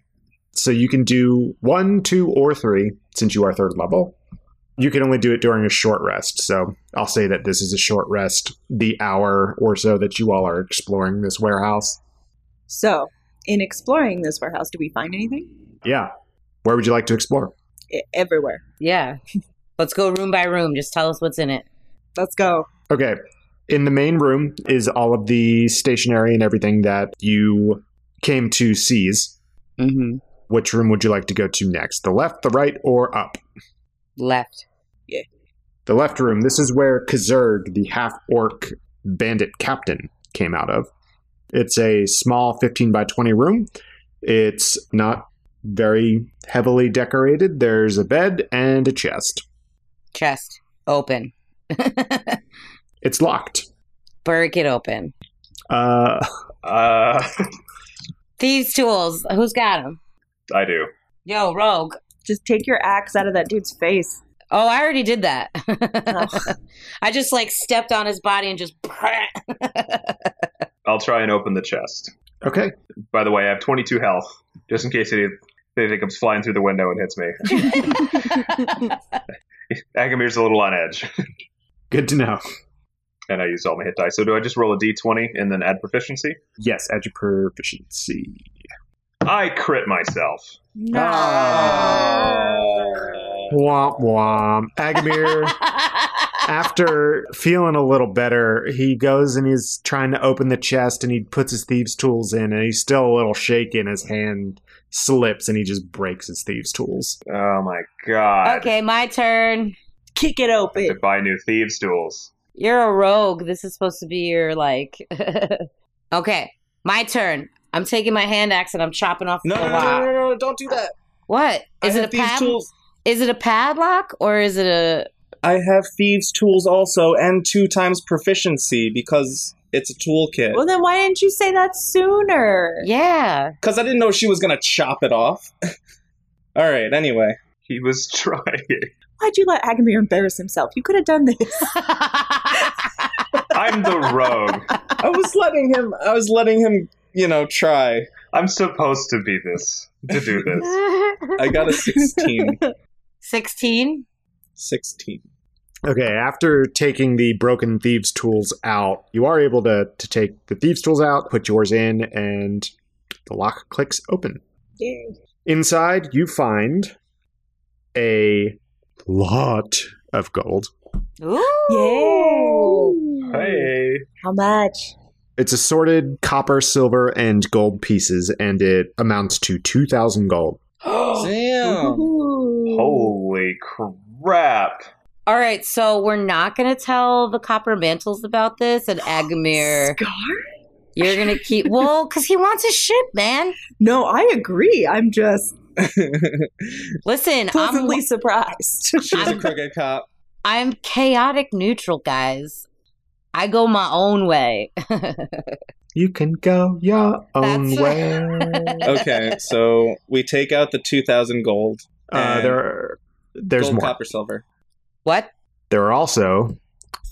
S3: So you can do one, two, or three since you are third level. You can only do it during a short rest. So I'll say that this is a short rest, the hour or so that you all are exploring this warehouse.
S2: So, in exploring this warehouse, do we find anything?
S3: Yeah. Where would you like to explore?
S2: I- everywhere.
S1: Yeah. Let's go room by room. Just tell us what's in it.
S2: Let's go.
S3: Okay. In the main room is all of the stationery and everything that you came to seize.
S1: Mm-hmm.
S3: Which room would you like to go to next? The left, the right, or up?
S1: Left.
S3: The left room, this is where Kazurg, the half orc bandit captain, came out of. It's a small 15 by 20 room. It's not very heavily decorated. There's a bed and a chest.
S1: Chest open.
S3: It's locked.
S1: Break it open.
S3: Uh,
S5: Uh,
S1: Thieves' tools. Who's got them?
S5: I do.
S1: Yo, rogue.
S2: Just take your axe out of that dude's face.
S1: Oh, I already did that.
S2: Oh.
S1: I just like stepped on his body and just.
S5: I'll try and open the chest.
S3: okay.
S5: By the way, I have 22 health, just in case any- anything comes flying through the window and hits me. Agamir's a little on edge,
S3: Good to know.
S5: and I used all my hit dice. So do I just roll a d20 and then add proficiency?
S3: Yes, add your proficiency.
S5: I crit myself.
S4: Ah.
S1: Ah.
S3: Womp womp. Agamir. after feeling a little better, he goes and he's trying to open the chest and he puts his thieves' tools in and he's still a little shaken. His hand slips and he just breaks his thieves' tools.
S5: Oh my god.
S1: okay, my turn.
S2: Kick it
S5: I have
S2: open.
S5: to buy new thieves tools.
S1: You're a rogue. This is supposed to be your like. okay, my turn. I'm taking my hand axe and I'm chopping off
S4: No,
S1: the
S4: no, no,
S1: lock.
S4: no, no, no, no, don't do that.
S1: What
S4: I
S1: is it
S4: have
S1: a
S4: thieves'
S1: pad?
S4: tools.
S1: Is it a padlock or is it a?
S4: I have thieves' tools also, and two times proficiency because it's a toolkit.
S2: Well, then why didn't you say that sooner?
S1: Yeah.
S4: Because I didn't know she was gonna chop it off. All right. Anyway,
S5: He was trying.
S2: Why'd you let Agamir embarrass himself? You could have done this.
S5: I'm the rogue.
S4: I was letting him. I was letting him. You know, try.
S5: I'm supposed to be this to do this.
S4: I got a 16.
S1: Sixteen.
S4: 16.
S3: Okay, after taking the broken thieves' tools out, you are able to, to take the thieves' tools out, put yours in, and the lock clicks open.
S2: Yay.
S3: Inside, you find a lot of gold.
S1: Ooh.
S5: Hey.
S2: How much?
S3: It's assorted copper, silver, and gold pieces, and it amounts to 2,000 gold.
S4: Damn.
S2: Ooh.
S5: Holy crap.
S1: All right, so we're not gonna tell the copper mantles about this, and Agamir,
S2: Scar?
S1: you're gonna keep well because he wants his ship, man.
S2: No, I agree. I'm just
S1: Listen, I'm
S2: pleasantly surprised.
S4: She's a crooked cop.
S1: I'm chaotic neutral, guys. I go my own way.
S3: You can go your own
S1: That's-
S3: way.
S4: Okay, so we take out the 2,000 gold.
S3: uh, there are, there's
S4: gold,
S3: more.
S4: copper, silver.
S1: What?
S3: There are also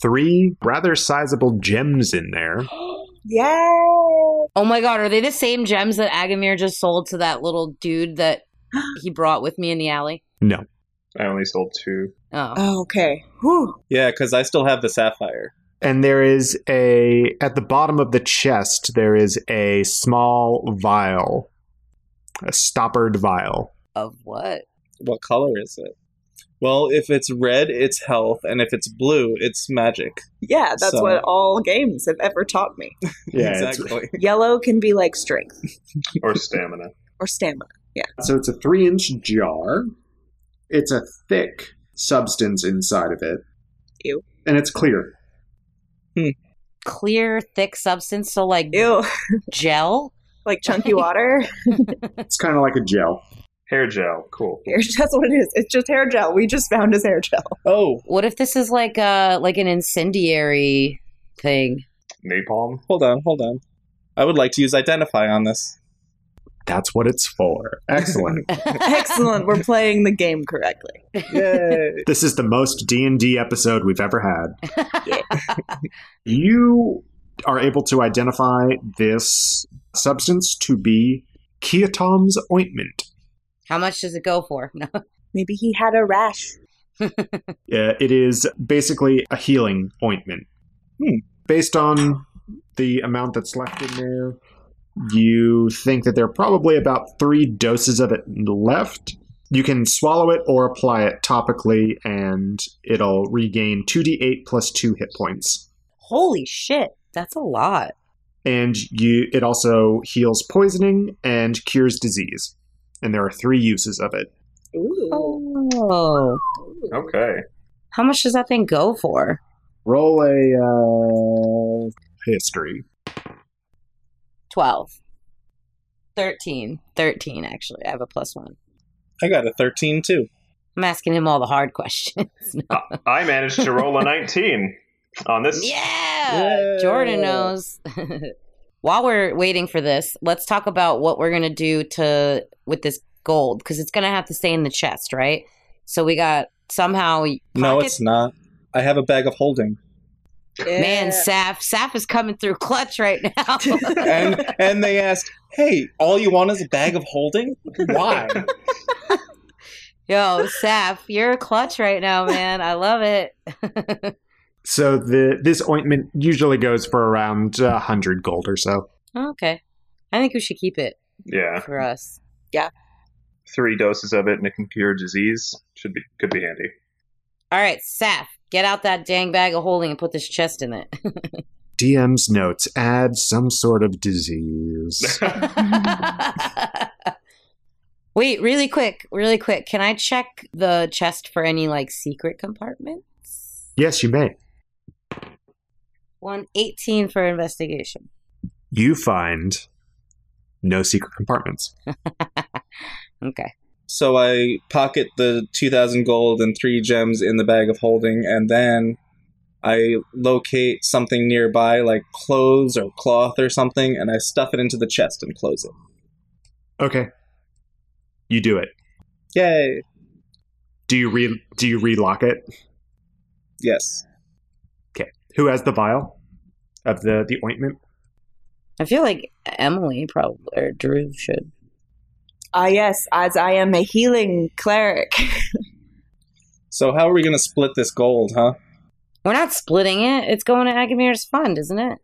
S3: three rather sizable gems in there.
S2: yeah.
S1: Oh my god, are they the same gems that Agamir just sold to that little dude that he brought with me in the alley?
S3: No.
S5: I only sold two.
S1: Oh.
S2: Oh, okay. Whew.
S4: Yeah, because I still have the sapphire.
S3: And there is a, at the bottom of the chest, there is a small vial, a stoppered vial.
S1: Of what?
S4: What color is it? Well, if it's red, it's health, and if it's blue, it's magic.
S2: Yeah, that's
S4: So-
S2: what all games have ever taught me.
S3: it's-
S4: exactly.
S2: Yellow can be like strength
S5: Or stamina.
S2: or stamina.
S3: So it's a three inch jar. It's a thick substance inside of it.
S2: Ew.
S3: And it's clear.
S1: Clear, thick substance, so like
S2: Ew,
S1: gel?
S2: like chunky water.
S3: It's kind of like a gel.
S5: Hair gel. Cool.
S2: Hair- that's what it is. It's just hair gel. We just found his hair gel.
S4: Oh,
S1: What if this is like a like an incendiary thing?
S5: Napalm.
S4: hold on, hold on. I would like to use identify on this.
S3: That's what it's for. Excellent.
S2: Excellent. We're playing the game correctly.
S4: Yay.
S3: this is the most D&D episode we've ever had. you are able to identify this substance to be Keatom's ointment.
S1: How much does it go for? No.
S2: Maybe he had a rash.
S3: Uh, it is basically a healing ointment.
S4: Hmm.
S3: Based on the amount that's left in there, you think that there are probably about three doses of it left. You can swallow it or apply it topically, and it'll regain 2d8 plus 2 hit points.
S1: Holy shit. That's a lot.
S3: And you, it also heals poisoning and cures disease. And there are three uses of it.
S2: Ooh.
S1: Oh.
S5: Okay.
S1: How much does that thing go for?
S3: Roll a uh, history.
S1: 12. 13. 13, actually. I have a plus one.
S4: I got a 13 too.
S1: I'm asking him all the hard questions.
S5: I managed to roll a 19 on this.
S1: yeah! Uh, Jordan knows. While we're waiting for this, let's talk about what we're going to do to with this gold because it's going to have to stay in the chest, right? So we got somehow.
S4: No,
S1: pocket-
S4: it's not. I have a bag of holding.
S1: Man, Saf, Saf is coming through clutch right now.
S4: And and they asked, "Hey, all you want is a bag of holding? Why?"
S1: Yo, Saf, you're clutch right now, man. I love it.
S3: So the this ointment usually goes for around a hundred gold or so.
S1: okay. I think we should keep it
S5: Yeah.
S1: for us.
S5: Three doses of it and it can cure disease. Should be could be handy.
S1: All right, Saf, get out that dang bag of holding and put this chest in it.
S3: DM's notes add some sort of disease.
S1: Wait, really quick, really quick. Can I check the chest for any like secret compartments?
S3: yes, you may.
S1: One eighteen for investigation.
S3: You find no secret compartments.
S1: Okay.
S4: So I pocket the 2000 gold and 3 gems in the bag of holding and then I locate something nearby like clothes or cloth or something and I stuff it into the chest and close it.
S3: Okay. You do it.
S4: Yay.
S3: Do you re do you relock it?
S4: Yes.
S3: Who has the vial of the the ointment?
S1: I feel like Emily probably or Drew should.
S2: Ah, yes, as I am a healing cleric.
S4: So how are we going to split this gold, huh?
S1: We're not splitting it. It's going to Agamir's fund, isn't it?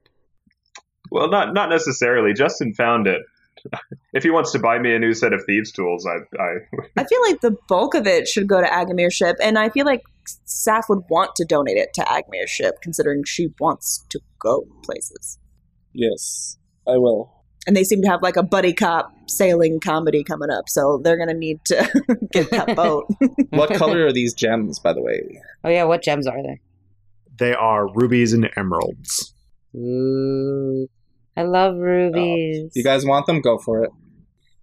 S5: Well, not not necessarily. Justin found it. if he wants to buy me a new set of thieves tools, I, I
S2: I feel like the bulk of it should go to Agamir's ship, and I feel like Saf would want to donate it to Agamir's ship, considering she wants to go places.
S4: Yes. I will.
S2: And they seem to have like a buddy cop sailing comedy coming up, so they're gonna need to get that boat.
S4: What color are these gems by the way?
S1: Oh yeah, what gems are there?
S3: They are rubies and emeralds.
S1: Ooh, I love rubies.
S4: You guys want them? Go for it.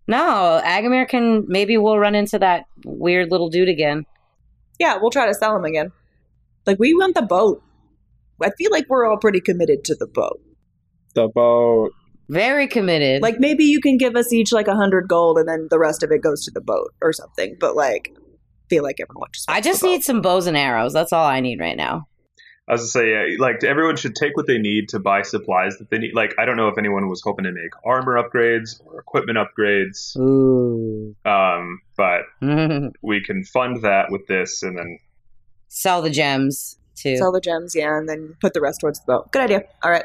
S1: no, Agamir can. Maybe we'll run into that weird little dude again.
S2: yeah, we'll try to sell them again. Like we want the boat. I feel like we're all pretty committed to the boat.
S4: The boat.
S1: Very committed.
S2: Like maybe you can give us each like a hundred gold, and then the rest of it goes to the boat or something. But like, feel like everyone just.
S1: I
S2: wants the
S1: just
S2: boat.
S1: need some bows and arrows. That's all I need right now.
S5: I was gonna say, yeah, like everyone should take what they need to buy supplies that they need. Like I don't know if anyone was hoping to make armor upgrades or equipment upgrades,
S1: Ooh.
S5: um, but we can fund that with this, and then
S1: Sell the gems too.
S2: sell the gems, yeah, and then put the rest towards the boat. Good idea. All right,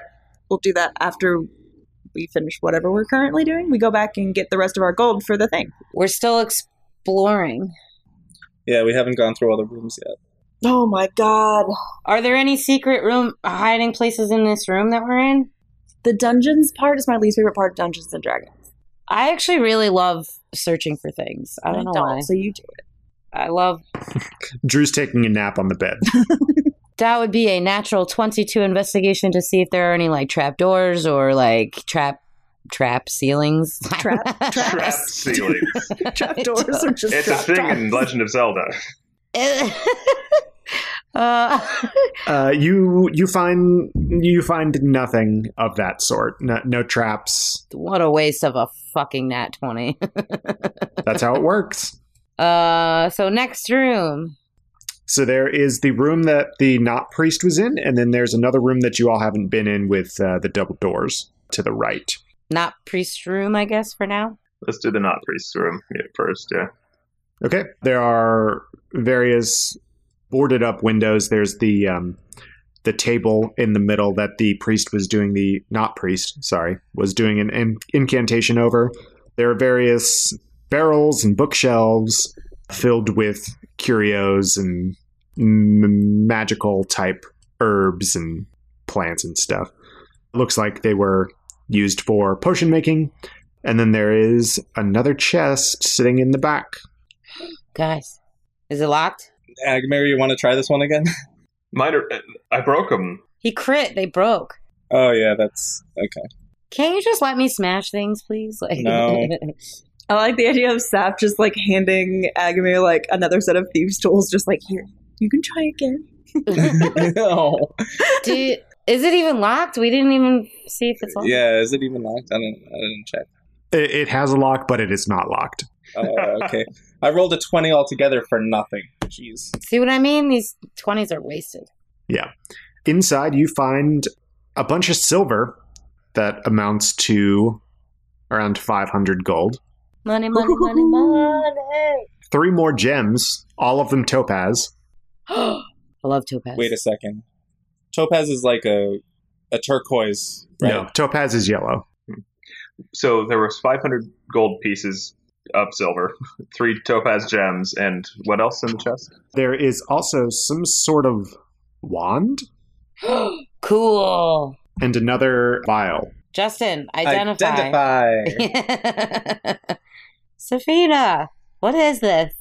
S2: we'll do that after we finish whatever we're currently doing. We go back and get the rest of our gold for the thing.
S1: We're still exploring.
S4: Yeah, we haven't gone through all the rooms yet.
S2: Oh my god,
S1: Are there any secret room hiding places in this room that we're in?
S2: the dungeons part is my least favorite part of Dungeons and Dragons.
S1: I actually really love searching for things. I don't know why.
S2: So you do it.
S1: I love
S3: Drew's taking a nap on the bed.
S1: That would be a natural 22 investigation to see if there are any like trap doors or like trap trap ceilings.
S2: Trap-
S5: trap ceilings.
S2: Trapdoors are just
S5: it's a thing in
S2: trapdoors.
S5: Legend of Zelda.
S1: uh,
S3: Uh, you you find you find nothing of that sort. No, no traps.
S1: what a waste of a fucking nat 20.
S3: That's how it works.
S1: Uh, so next room.
S3: So there is the room that the not priest was in, and then there's another room that you all haven't been in with uh, the double doors to the right.
S1: Not priest room, I guess, for now.
S5: Let's do the not priest room yeah, first. Yeah,
S3: Okay. There are various boarded up windows. There's the um, the table in the middle that the priest was doing the not priest, sorry, was doing an in- incantation over. There are various barrels and bookshelves filled with curios and m- magical type herbs and plants and stuff. Looks like they were used for potion making. And then there is another chest sitting in the back.
S1: Guys, is it locked?
S4: Agmere, you want to try this one again?
S5: Mine are, I broke them.
S1: He crit. They broke.
S4: Oh yeah, that's okay.
S1: Can't you just let me smash things, please? Like,
S4: No.
S2: I like the idea of Sap just like handing Agamir like another set of thieves' tools, just like here, you can try again.
S4: no.
S1: do, is it even locked? We didn't even see if it's locked.
S4: Yeah, is it even locked? I didn't. I didn't check.
S3: It, it has a lock, but it is not locked.
S4: Oh, okay. I rolled a twenty altogether for nothing. Jeez.
S1: See what I mean? These twenties are wasted.
S3: Inside, you find a bunch of silver that amounts to around 500 gold,
S1: Money, money, money, money.
S3: three more gems, all of them topaz.
S1: I love topaz.
S4: Wait a second. Topaz is like a a turquoise, right?
S3: No, topaz is yellow.
S5: So there was 500 gold pieces of silver, three topaz gems, and what else in the chest?
S3: There is also some sort of wand
S1: cool.
S3: and another vial.
S1: Justin, identify.
S4: Identify.
S1: Safina, what is this?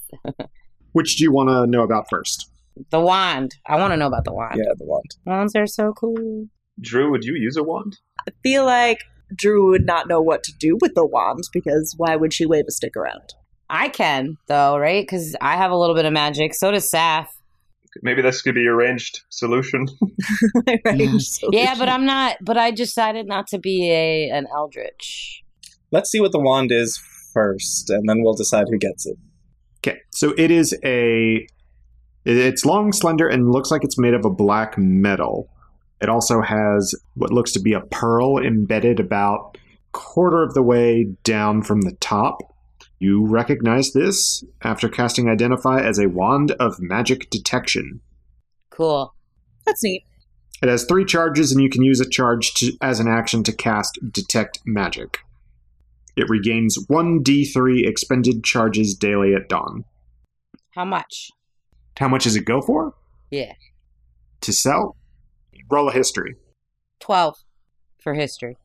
S3: Which do you want to know about first?
S1: The wand. I want to know about the wand.
S4: yeah, the wand.
S1: Wands are so cool.
S5: Drew, would you use a wand?
S2: I feel like Drew would not know what to do with the wand because why would she wave a stick around?
S1: I can though, right? Because I have a little bit of magic. So does Saf.
S5: Maybe this could be your ranged solution.
S1: Yeah, but I'm not. But I decided not to be a an eldritch.
S4: Let's see what the wand is first, and then we'll decide who gets it.
S3: Okay, so it is a. it- It's long, slender, and looks like it's made of a black metal. It also has what looks to be a pearl embedded about quarter of the way down from the top. You recognize this after casting Identify as a wand of magic detection.
S1: Cool.
S2: That's neat.
S3: It has three charges, and you can use a charge to, as an action to cast Detect Magic. It regains 1d3 expended charges daily at dawn.
S1: How much?
S3: How much does it go for?
S1: Yeah.
S3: To sell? Roll a history.
S1: Twelve for history.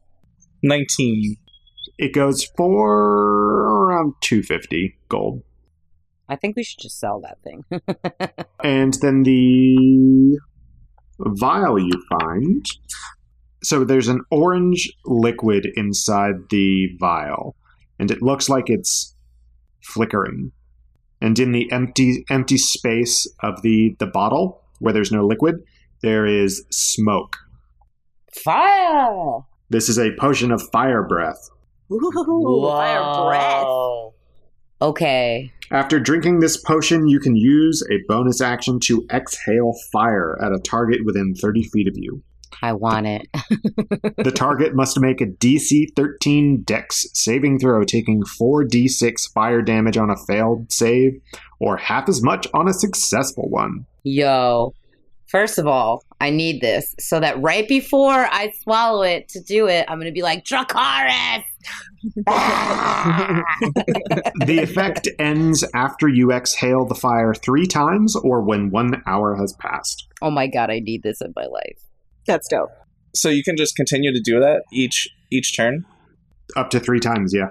S4: Nineteen.
S3: It goes for around 250 gold.
S1: I think we should just sell that thing.
S3: And then the vial you find. So there's an orange liquid inside the vial, and it looks like it's flickering. And in the empty empty space of the, the bottle, where there's no liquid, there is smoke.
S1: Fire.
S3: This is a potion of fire breath.
S2: Ooh, fire breath.
S1: Whoa. Okay.
S3: After drinking this potion, you can use a bonus action to exhale fire at a target within 30 feet of you.
S1: I want it.
S3: The target must make a DC 13 dex saving throw, taking 4d6 fire damage on a failed save, or half as much on a successful one.
S1: Yo. First of all, I need this so that right before I swallow it to do it, I'm gonna be like Dracaris.
S3: The effect ends after you exhale the fire three times or when one hour has passed.
S1: oh my god, I need this in my life.
S2: That's dope.
S4: So you can just continue to do that each each turn.
S3: Up to three times, yeah.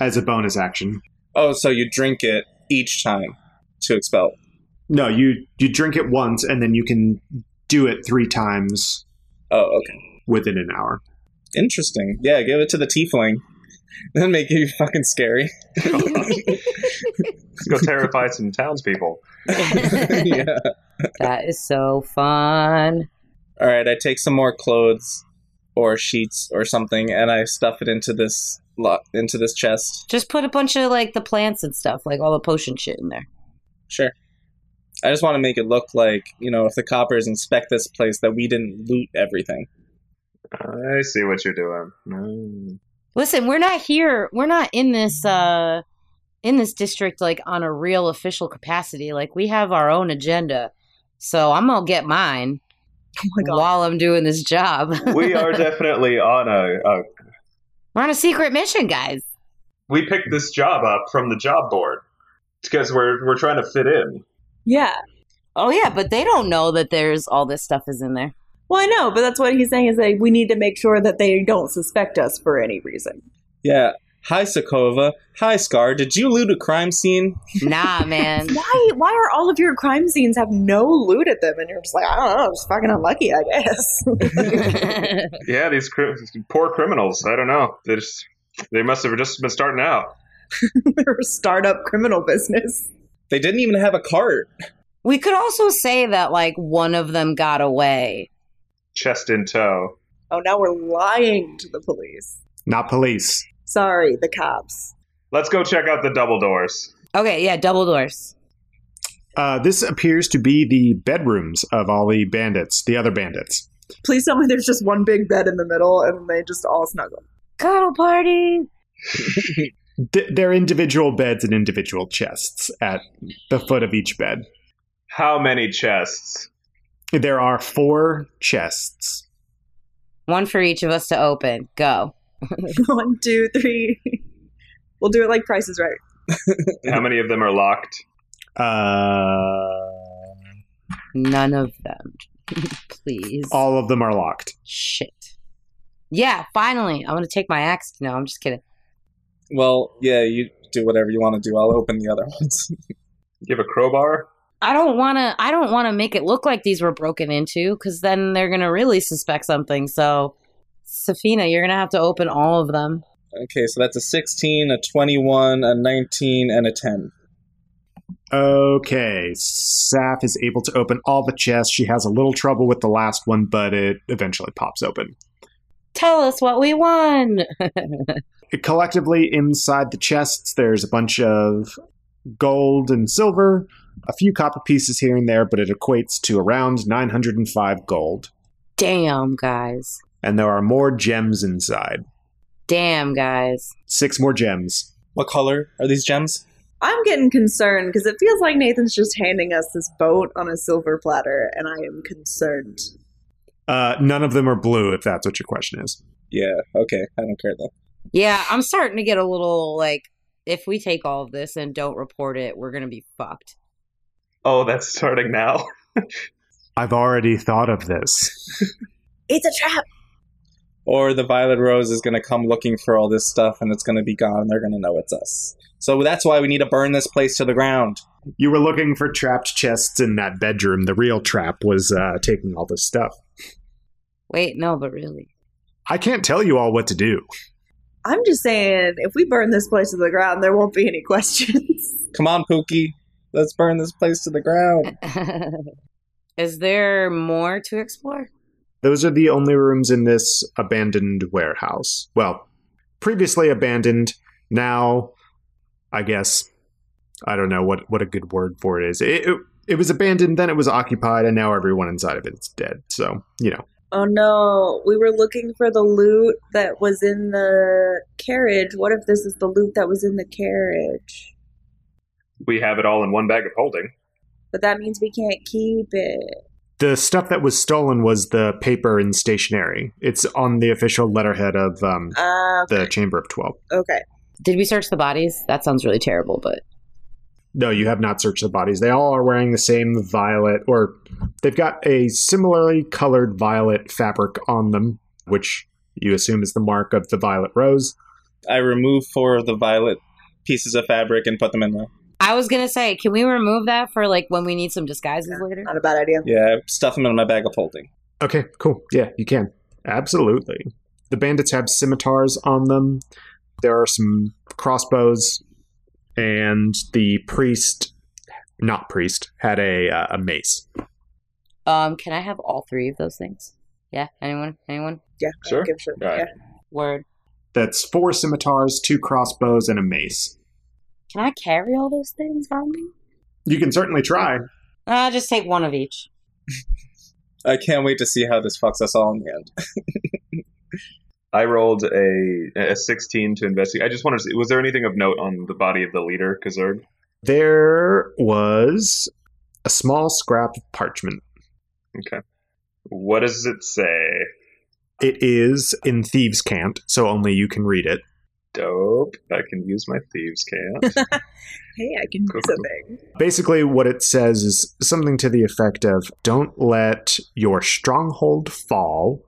S3: As a bonus action.
S4: Oh, so you drink it each time to expel.
S3: No, you, you drink it once and then you can do it three times
S4: Oh, okay.
S3: within an hour.
S4: Interesting. Yeah, give it to the tiefling. That'd make you fucking scary.
S5: Let's go terrify some townspeople.
S4: yeah.
S1: That is so fun.
S4: All right, I take some more clothes or sheets or something, and I stuff it into this lo- into this chest.
S1: Just put a bunch of like the plants and stuff, like all the potion shit in there.
S4: Sure. I just want to make it look like you know, if the coppers inspect this place, that we didn't loot everything.
S5: I see what you're doing. Mm.
S1: Listen, we're not here. We're not in this uh in this district like on a real official capacity. Like we have our own agenda. So I'm going to get mine
S2: Oh my god.
S1: while I'm doing this job.
S5: We are definitely oh, on a, a.
S1: We're on a secret mission, guys.
S5: We picked this job up from the job board because we're we're trying to fit in.
S2: Yeah.
S1: Oh yeah, but they don't know that there's all this stuff is in there.
S2: Well, I know, but that's what he's saying is that we need to make sure that they don't suspect us for any reason.
S4: Yeah. Hi, Sokova. Hi, Scar. Did you loot a crime scene?
S1: Nah, man.
S2: Why? Why are all of your crime scenes have no loot at them? And you're just like, I don't know, I'm just fucking unlucky, I guess.
S5: Yeah, these cri- poor criminals. I don't know. They just they must have just been starting out.
S2: They're a startup criminal business.
S4: They didn't even have a cart.
S1: we could also say that like one of them got away.
S5: chest in tow.
S2: Oh, now we're lying to the police.
S3: Not police.
S2: Sorry, the cops.
S5: Let's go check out the double doors.
S1: Okay, yeah, double doors.
S3: Uh, this appears to be the bedrooms of all the bandits, the other bandits.
S2: Please tell me there's just one big bed in the middle and they just all snuggle.
S1: Cuddle party.
S3: Th- they're individual beds and individual chests at the foot of each bed.
S5: How many chests?
S3: There are four chests.
S1: One for each of us to open. Go.
S2: one, two, three. We'll do it like Price is Right.
S5: How many of them are locked?
S3: Uh,
S1: None of them. Please.
S3: all of them are locked.
S1: Shit. Yeah, finally. I'm going to take my axe. No, I'm just kidding.
S4: Well, yeah, you do whatever you want to do. I'll open the other ones.
S5: You have a crowbar?
S1: I don't want to I don't want to make it look like these were broken into cuz then they're going to really suspect something. So, Safina, you're going to have to open all of them.
S4: okay, so that's a 16, a 21, a 19, and a 10.
S3: Okay, Saf is able to open all the chests. She has a little trouble with the last one, but it eventually pops open.
S1: Tell us what we won.
S3: collectively inside the chests there's a bunch of gold and silver a few copper pieces here and there but it equates to around 905 gold
S1: Damn, guys.
S3: and there are more gems inside
S1: Damn, guys.
S3: six more gems
S4: What color are these gems?
S2: I'm getting concerned because it feels like Nathan's just handing us this boat on a silver platter, and I am concerned.
S3: uh, none of them are blue if that's what your question is
S4: Yeah, okay. I don't care though.
S1: Yeah, I'm starting to get a little like if we take all of this and don't report it, we're going to be fucked.
S5: Oh, that's starting now.
S3: i've already thought of this
S2: It's a trap.
S4: Or the Violet Rose is going to come looking for all this stuff and it's going to be gone and they're going to know it's us. So that's why we need to burn this place to the ground.
S3: you were looking for trapped chests in that bedroom the real trap was uh, taking all this stuff
S1: Wait, no, but really.
S3: i can't tell you all what to do
S2: I'm just saying, if we burn this place to the ground, there won't be any questions.
S4: Come on, Pookie. Let's burn this place to the ground.
S1: Is there more to explore?
S3: Those are the only rooms in this abandoned warehouse. Well, previously abandoned, now I guess I don't know what what a good word for it is. It, it it was abandoned, then it was occupied, and now everyone inside of it is dead. So, you know.
S2: oh no, we were looking for the loot that was in the carriage. What if this is the loot that was in the carriage?
S5: We have it all in one bag of holding.
S2: But that means we can't keep it.
S3: The stuff that was stolen was the paper and stationery. It's on the official letterhead of um,
S2: Uh,
S3: the Chamber of Twelve.
S2: okay.
S1: Did we search the bodies? That sounds really terrible, but
S3: No, you have not searched the bodies. They all are wearing the same violet, or they've got a similarly colored violet fabric on them, which you assume is the mark of the violet rose.
S4: I remove four of the violet pieces of fabric and put them in my.
S1: I was gonna say, can we remove that for like when we need some disguises later?
S2: Not a bad idea.
S4: Yeah, stuff them in my bag of holding.
S3: Okay, cool. Yeah, you can. Absolutely. The bandits have scimitars on them. There are some crossbows, and the priest, not priest, had a uh, a mace.
S1: Um, can I have all three of those things? Yeah. Anyone? Anyone?
S2: Yeah, I don't
S5: Sure.
S2: give a shit.
S5: All right.
S2: Yeah.
S1: Word.
S3: That's four scimitars, two crossbows, and a mace.
S1: Can I carry all those things on me?
S3: You can certainly try.
S1: Uh, just take one of each.
S4: I can't wait to see how this fucks us all in the end.
S5: I rolled a a 16 to investigate. I just wanted to see, was there anything of note on the body of the leader, Kazurg?
S3: There was a small scrap of parchment.
S5: What does it say?
S3: It is in thieves' cant, so only you can read it.
S5: Dope. I can use my thieves can.
S2: Hey, I can do
S5: Cool.
S2: something.
S3: Basically, what it says is something to the effect of Don't let your stronghold fall,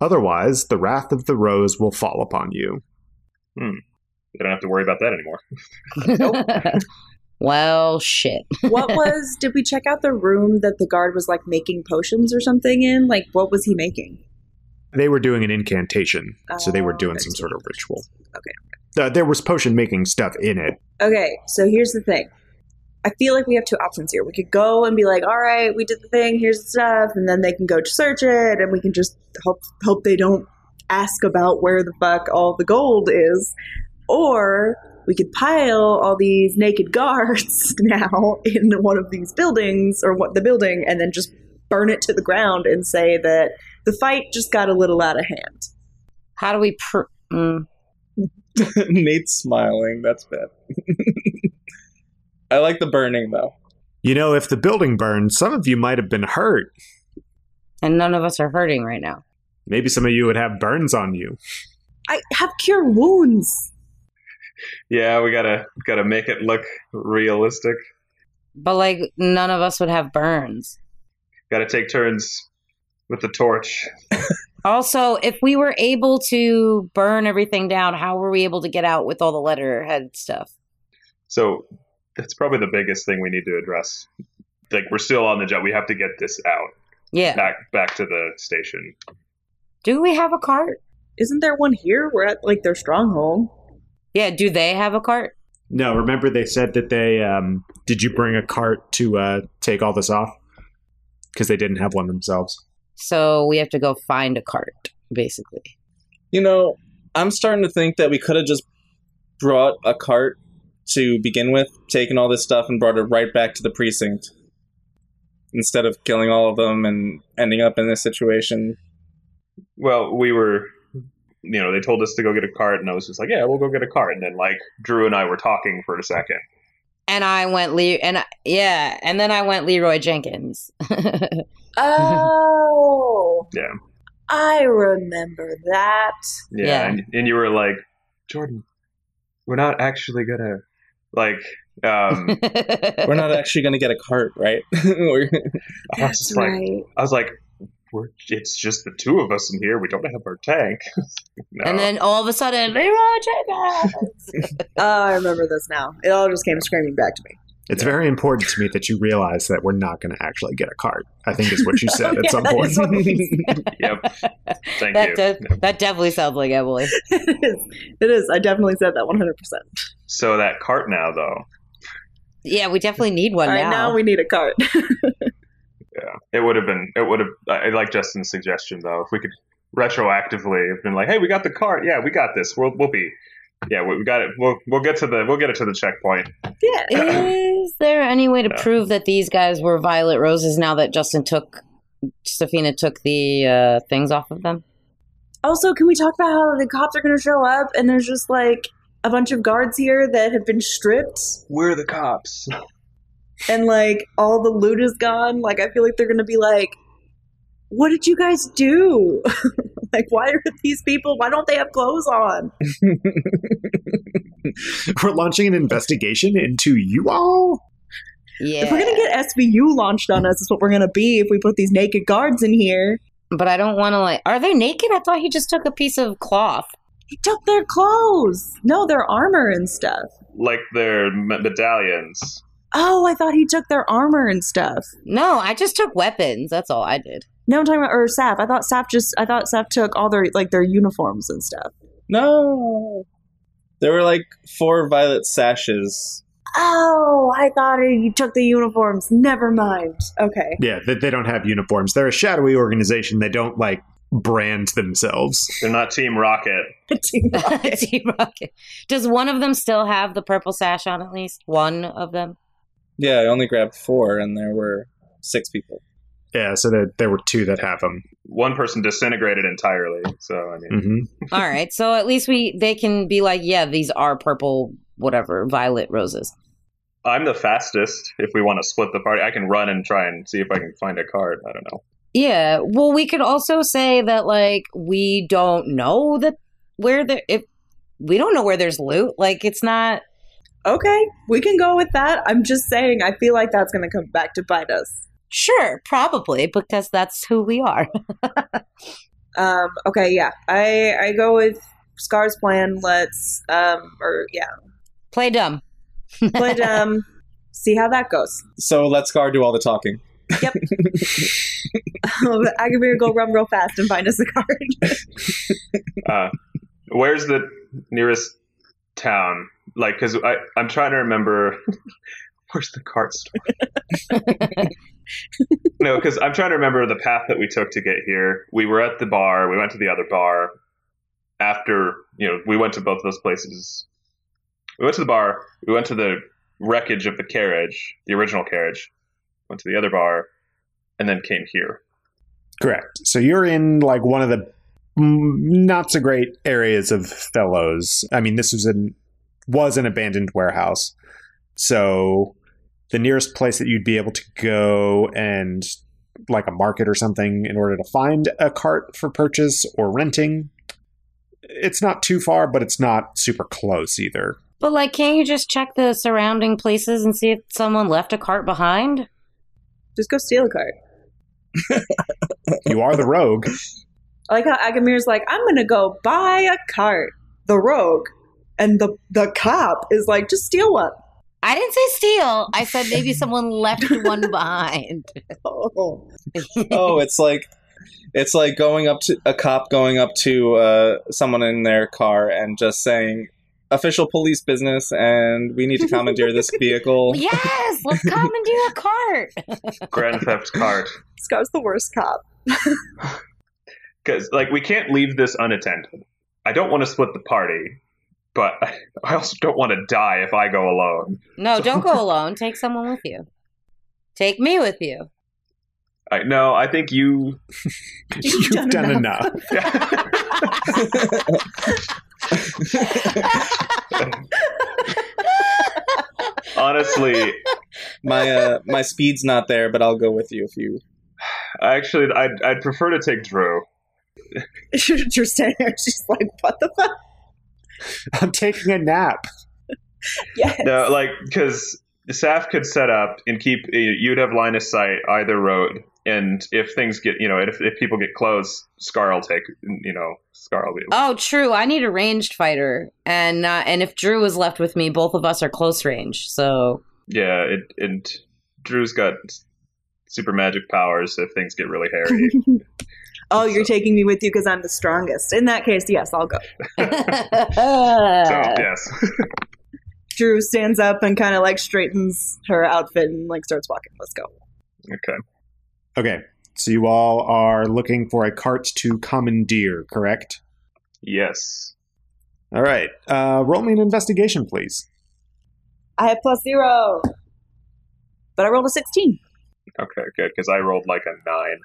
S3: otherwise, the wrath of the rose will fall upon you.
S5: I don't have to worry about that anymore.
S1: well, shit.
S2: what was did we check out the room that the guard was like making potions or something in like what was he making
S3: They were doing an incantation, so they were
S2: Oh,
S3: doing
S2: okay.
S3: some sort of ritual.
S2: Okay.
S3: Uh, there was potion making stuff in it.
S2: okay so here's the thing i feel like we have two options here we could go and be like all right we did the thing here's the stuff and then they can go to search it and we can just hope hope they don't ask about where the fuck all the gold is or we could pile all these naked guards now in one of these buildings or what the building and then just burn it to the ground and say that the fight just got a little out of hand
S1: How do we? Pr- mm.
S4: Nate's smiling. That's bad. I like the burning though.
S3: You know, if the building burned, some of you might have been hurt.
S1: And none of us are hurting right now.
S3: Maybe some of you would have burns on you.
S2: I have cure wounds.
S5: Yeah, we gotta gotta make it look realistic.
S1: But like, none of us would have burns.
S5: Gotta take turns with the torch.
S1: Also, if we were able to burn everything down, how were we able to get out with all the letterhead stuff?
S5: So that's probably the biggest thing we need to address. Like we're still on the job. We have to get this out
S1: Yeah.
S5: back back to the station.
S1: Do we have a cart?
S2: Isn't there one here? We're at like their stronghold.
S1: Yeah. Do they have a cart?
S3: No, remember they said that they um, did you bring a cart to uh, take all this off? Because they didn't have one themselves.
S1: So we have to go find a cart, basically.
S4: You know, I'm starting to think that we could have just brought a cart to begin with, taken all this stuff and brought it right back to the precinct. Instead of killing all of them and ending up in this situation.
S5: Well, we were, you know, they told us to go get a cart, and I was just like, yeah, we'll go get a cart. And then like Drew and I were talking for a second.
S1: And I went Le and I, yeah, and then I went Leroy Jenkins.
S2: Oh.
S5: Yeah.
S2: I remember that.
S5: Yeah,
S1: Yeah.
S5: And, and you were like, Jordan, we're not actually gonna like. Um,
S4: We're not actually going to get a cart, right? We're-
S5: I was just like, I was like, we're, it's just the two of us in here. We don't have our tank. no.
S1: And then all of a sudden, Leroy Jenkins.
S2: Oh, I remember this now. It all just came screaming back to me.
S3: It's
S5: Yeah.
S3: very important to me that you realize that we're not going to actually get a cart. I think is what you said at
S2: Yeah,
S3: some
S2: that
S3: point.
S2: is what we-
S5: yep. Thank
S1: that
S5: you.
S1: does- that definitely sounds like Emily.
S2: it is. It is. I definitely said that 100%.
S5: So that cart now, though,
S1: Yeah, we definitely need one
S2: All right,
S1: now.
S2: now we need a cart.
S5: it would have been, it would have, I like Justin's suggestion though, if we could retroactively have been like, hey, we got the cart. Yeah, we got this. We'll, we'll be, yeah, we, we got it. We'll, we'll get to the, we'll get it to the checkpoint.
S2: yeah.
S1: Is there any way to
S5: Yeah.
S1: prove that these guys were violet roses now that Justin took, Safina took the uh, things off of them?
S2: Also, can we talk about how the cops are going to show up and there's just like a bunch of guards here that have been stripped
S5: We're the cops.
S2: and like all the loot is gone. Like I feel like they're gonna be like, "What did you guys do? like, why are these people? Why don't they have clothes on?"
S3: we're launching an investigation into you all.
S1: Yeah.
S2: If we're gonna get SVU launched on us, is what we're gonna be if we put these naked guards in here.
S1: but I don't want to like. Are they naked? I thought he just took a piece of cloth.
S2: He took their clothes. No, their armor and stuff.
S5: like their me- medallions.
S2: Oh, I thought he took their armor and stuff.
S1: No, I just took weapons. That's all I did.
S2: No, I'm talking about or Saf. I thought Saf just. I thought Saf took all their like their uniforms and stuff.
S4: no. There were like four violet sashes.
S2: Oh, I thought he took the uniforms. Never mind. Okay.
S3: Yeah, that they don't have uniforms. They're a shadowy organization. They don't like brand themselves.
S5: They're not Team Rocket.
S1: Team Rocket. Does one of them still have the purple sash on? At least one of them.
S4: Yeah, I only grabbed four and there were six people.
S3: Yeah, so there, there were two that have them.
S5: One person disintegrated entirely. So, I mean,
S3: hmm
S1: All right, so at least we they can be like, yeah, these are purple, whatever, violet roses.
S5: I'm the fastest if we want to split the party. I can run and try and see if I can find a cart. I don't know.
S1: Yeah. Well, we could also say that like we don't know that where the if we don't know where there's loot. Like it's not.
S2: Okay, we can go with that. I'm just saying, I feel like that's going to come back to bite us.
S1: Sure, probably because that's who we are.
S2: Um, okay, yeah, I I go with Scar's plan. Let's, um, or yeah,
S1: Play dumb.
S2: but um, see how that goes.
S4: So let Scar do all the talking.
S2: Agamir, go run real fast and find us a card.
S5: Uh, where's the nearest town? Like, because I'm trying to remember. where's the cart store? no, because I'm trying to remember the path that we took to get here. We were at the bar. We went to the other bar. After you know, we went to both those places. We went to the bar. We went to the wreckage of the carriage, the original carriage. Went to the other bar, and then came here.
S3: Correct. So you're in like one of the mm, not so great areas of Fellows. I mean, this was an was an abandoned warehouse. So the nearest place that you'd be able to go and like a market or something in order to find a cart for purchase or renting. It's not too far, but it's not super close either.
S1: But like, can't you just check the surrounding places and see if someone left a cart behind?
S2: Just go steal a card.
S3: You are the rogue.
S2: I like how Agamir's like, I'm gonna go buy a cart. The rogue and the the cop is like, just steal one.
S1: I didn't say steal. I said maybe someone left one behind.
S2: Oh.
S4: oh, it's like it's like going up to a cop going up to uh, someone in their car and just saying official police business and we need to commandeer this vehicle.
S1: yes, let's commandeer a cart.
S5: Grand theft cart.
S2: Scar's the worst cop.
S5: because like we can't leave this unattended. I don't want to split the party, but I also don't want to die if I go alone.
S1: No, don't go alone. Take someone with you. Take me with you.
S5: I no, I think you.
S3: You've done, enough.
S5: Honestly,
S4: My uh, my speed's not there, but I'll go with you if you.
S5: actually, I'd, I'd prefer to take Drew.
S2: You're standing there, she's like, what the fuck?
S3: I'm taking a nap.
S2: Yes.
S5: No, like because Saf could set up and keep. You'd have line of sight either road, and if things get, you know, if if people get close, Scar will take. You know, Scar will be.
S1: Oh, true. I need a ranged fighter, and uh, and if Drew is left with me, both of us are close range. So
S5: Yeah, it, and Drew's got super magic powers if things get really hairy.
S2: oh, you're taking me with you because I'm the strongest. In that case, yes, I'll go.
S5: so yes.
S2: Drew stands up and kind of like straightens her outfit and like starts walking. Let's go.
S5: Okay.
S3: Okay. So you all are looking for a cart to commandeer, correct?
S5: Yes.
S3: All right. Uh, roll me an investigation, please.
S2: I have plus zero, but I rolled a 16.
S5: Okay, good. Because I rolled like a nine.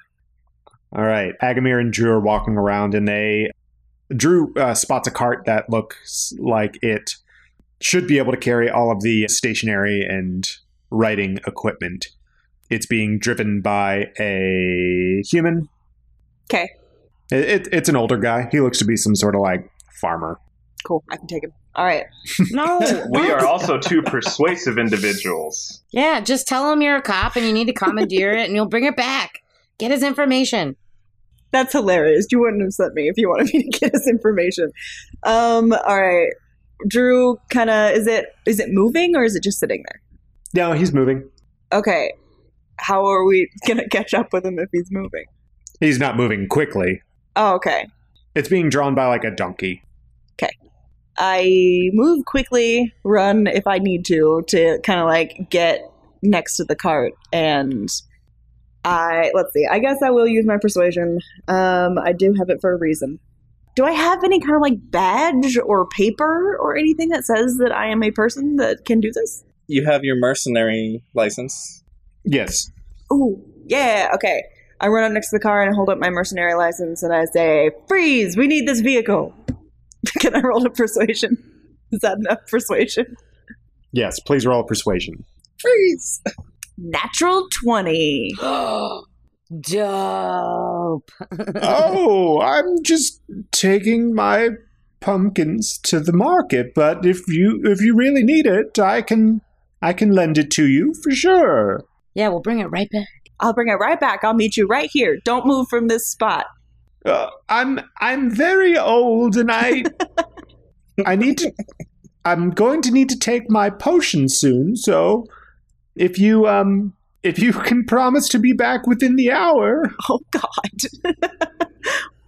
S3: All right. Agamir and Drew are walking around, and they Drew uh, spots a cart that looks like it should be able to carry all of the stationary and writing equipment. It's being driven by a human.
S2: Okay.
S3: It, it, it's an older guy. He looks to be some sort of like farmer.
S2: Cool. I can take him. All right.
S1: no,
S5: We are also two persuasive individuals.
S1: Yeah, just tell him you're a cop and you need to commandeer it, and you'll bring it back. Get his information.
S2: That's hilarious. You wouldn't have sent me if you wanted me to get his information. Um, all right. Drew kind of is it is it moving or is it just sitting there?
S3: No, he's moving.
S2: Okay. How are we going to catch up with him if he's moving?
S3: He's not moving quickly.
S2: Oh, okay.
S3: It's being drawn by like a donkey.
S2: I move quickly, run if I need to, to kind of like get next to the cart. And I, let's see, I guess I will use my persuasion. Um, I do have it for a reason. Do I have any kind of like badge or paper or anything that says that I am a person that can do this?
S4: You have your mercenary license.
S3: Yes.
S2: Ooh, yeah, okay. I run up next to the car and I hold up my mercenary license and I say, Freeze, we need this vehicle. can I roll a persuasion? Is that enough persuasion?
S3: Yes. Please roll persuasion.
S2: freeze. Natural 20.
S1: Dope.
S3: oh, I'm just taking my pumpkins to the market, but if you if you really need it, I can I can lend it to you for sure.
S1: Yeah, we'll bring it right back.
S2: I'll bring it right back. I'll meet you right here. Don't move from this spot.
S3: Uh, I'm I'm very old, and I I need to. I'm going to need to take my potion soon. So, if you um if you can promise to be back within the hour,
S2: Oh God! You're gonna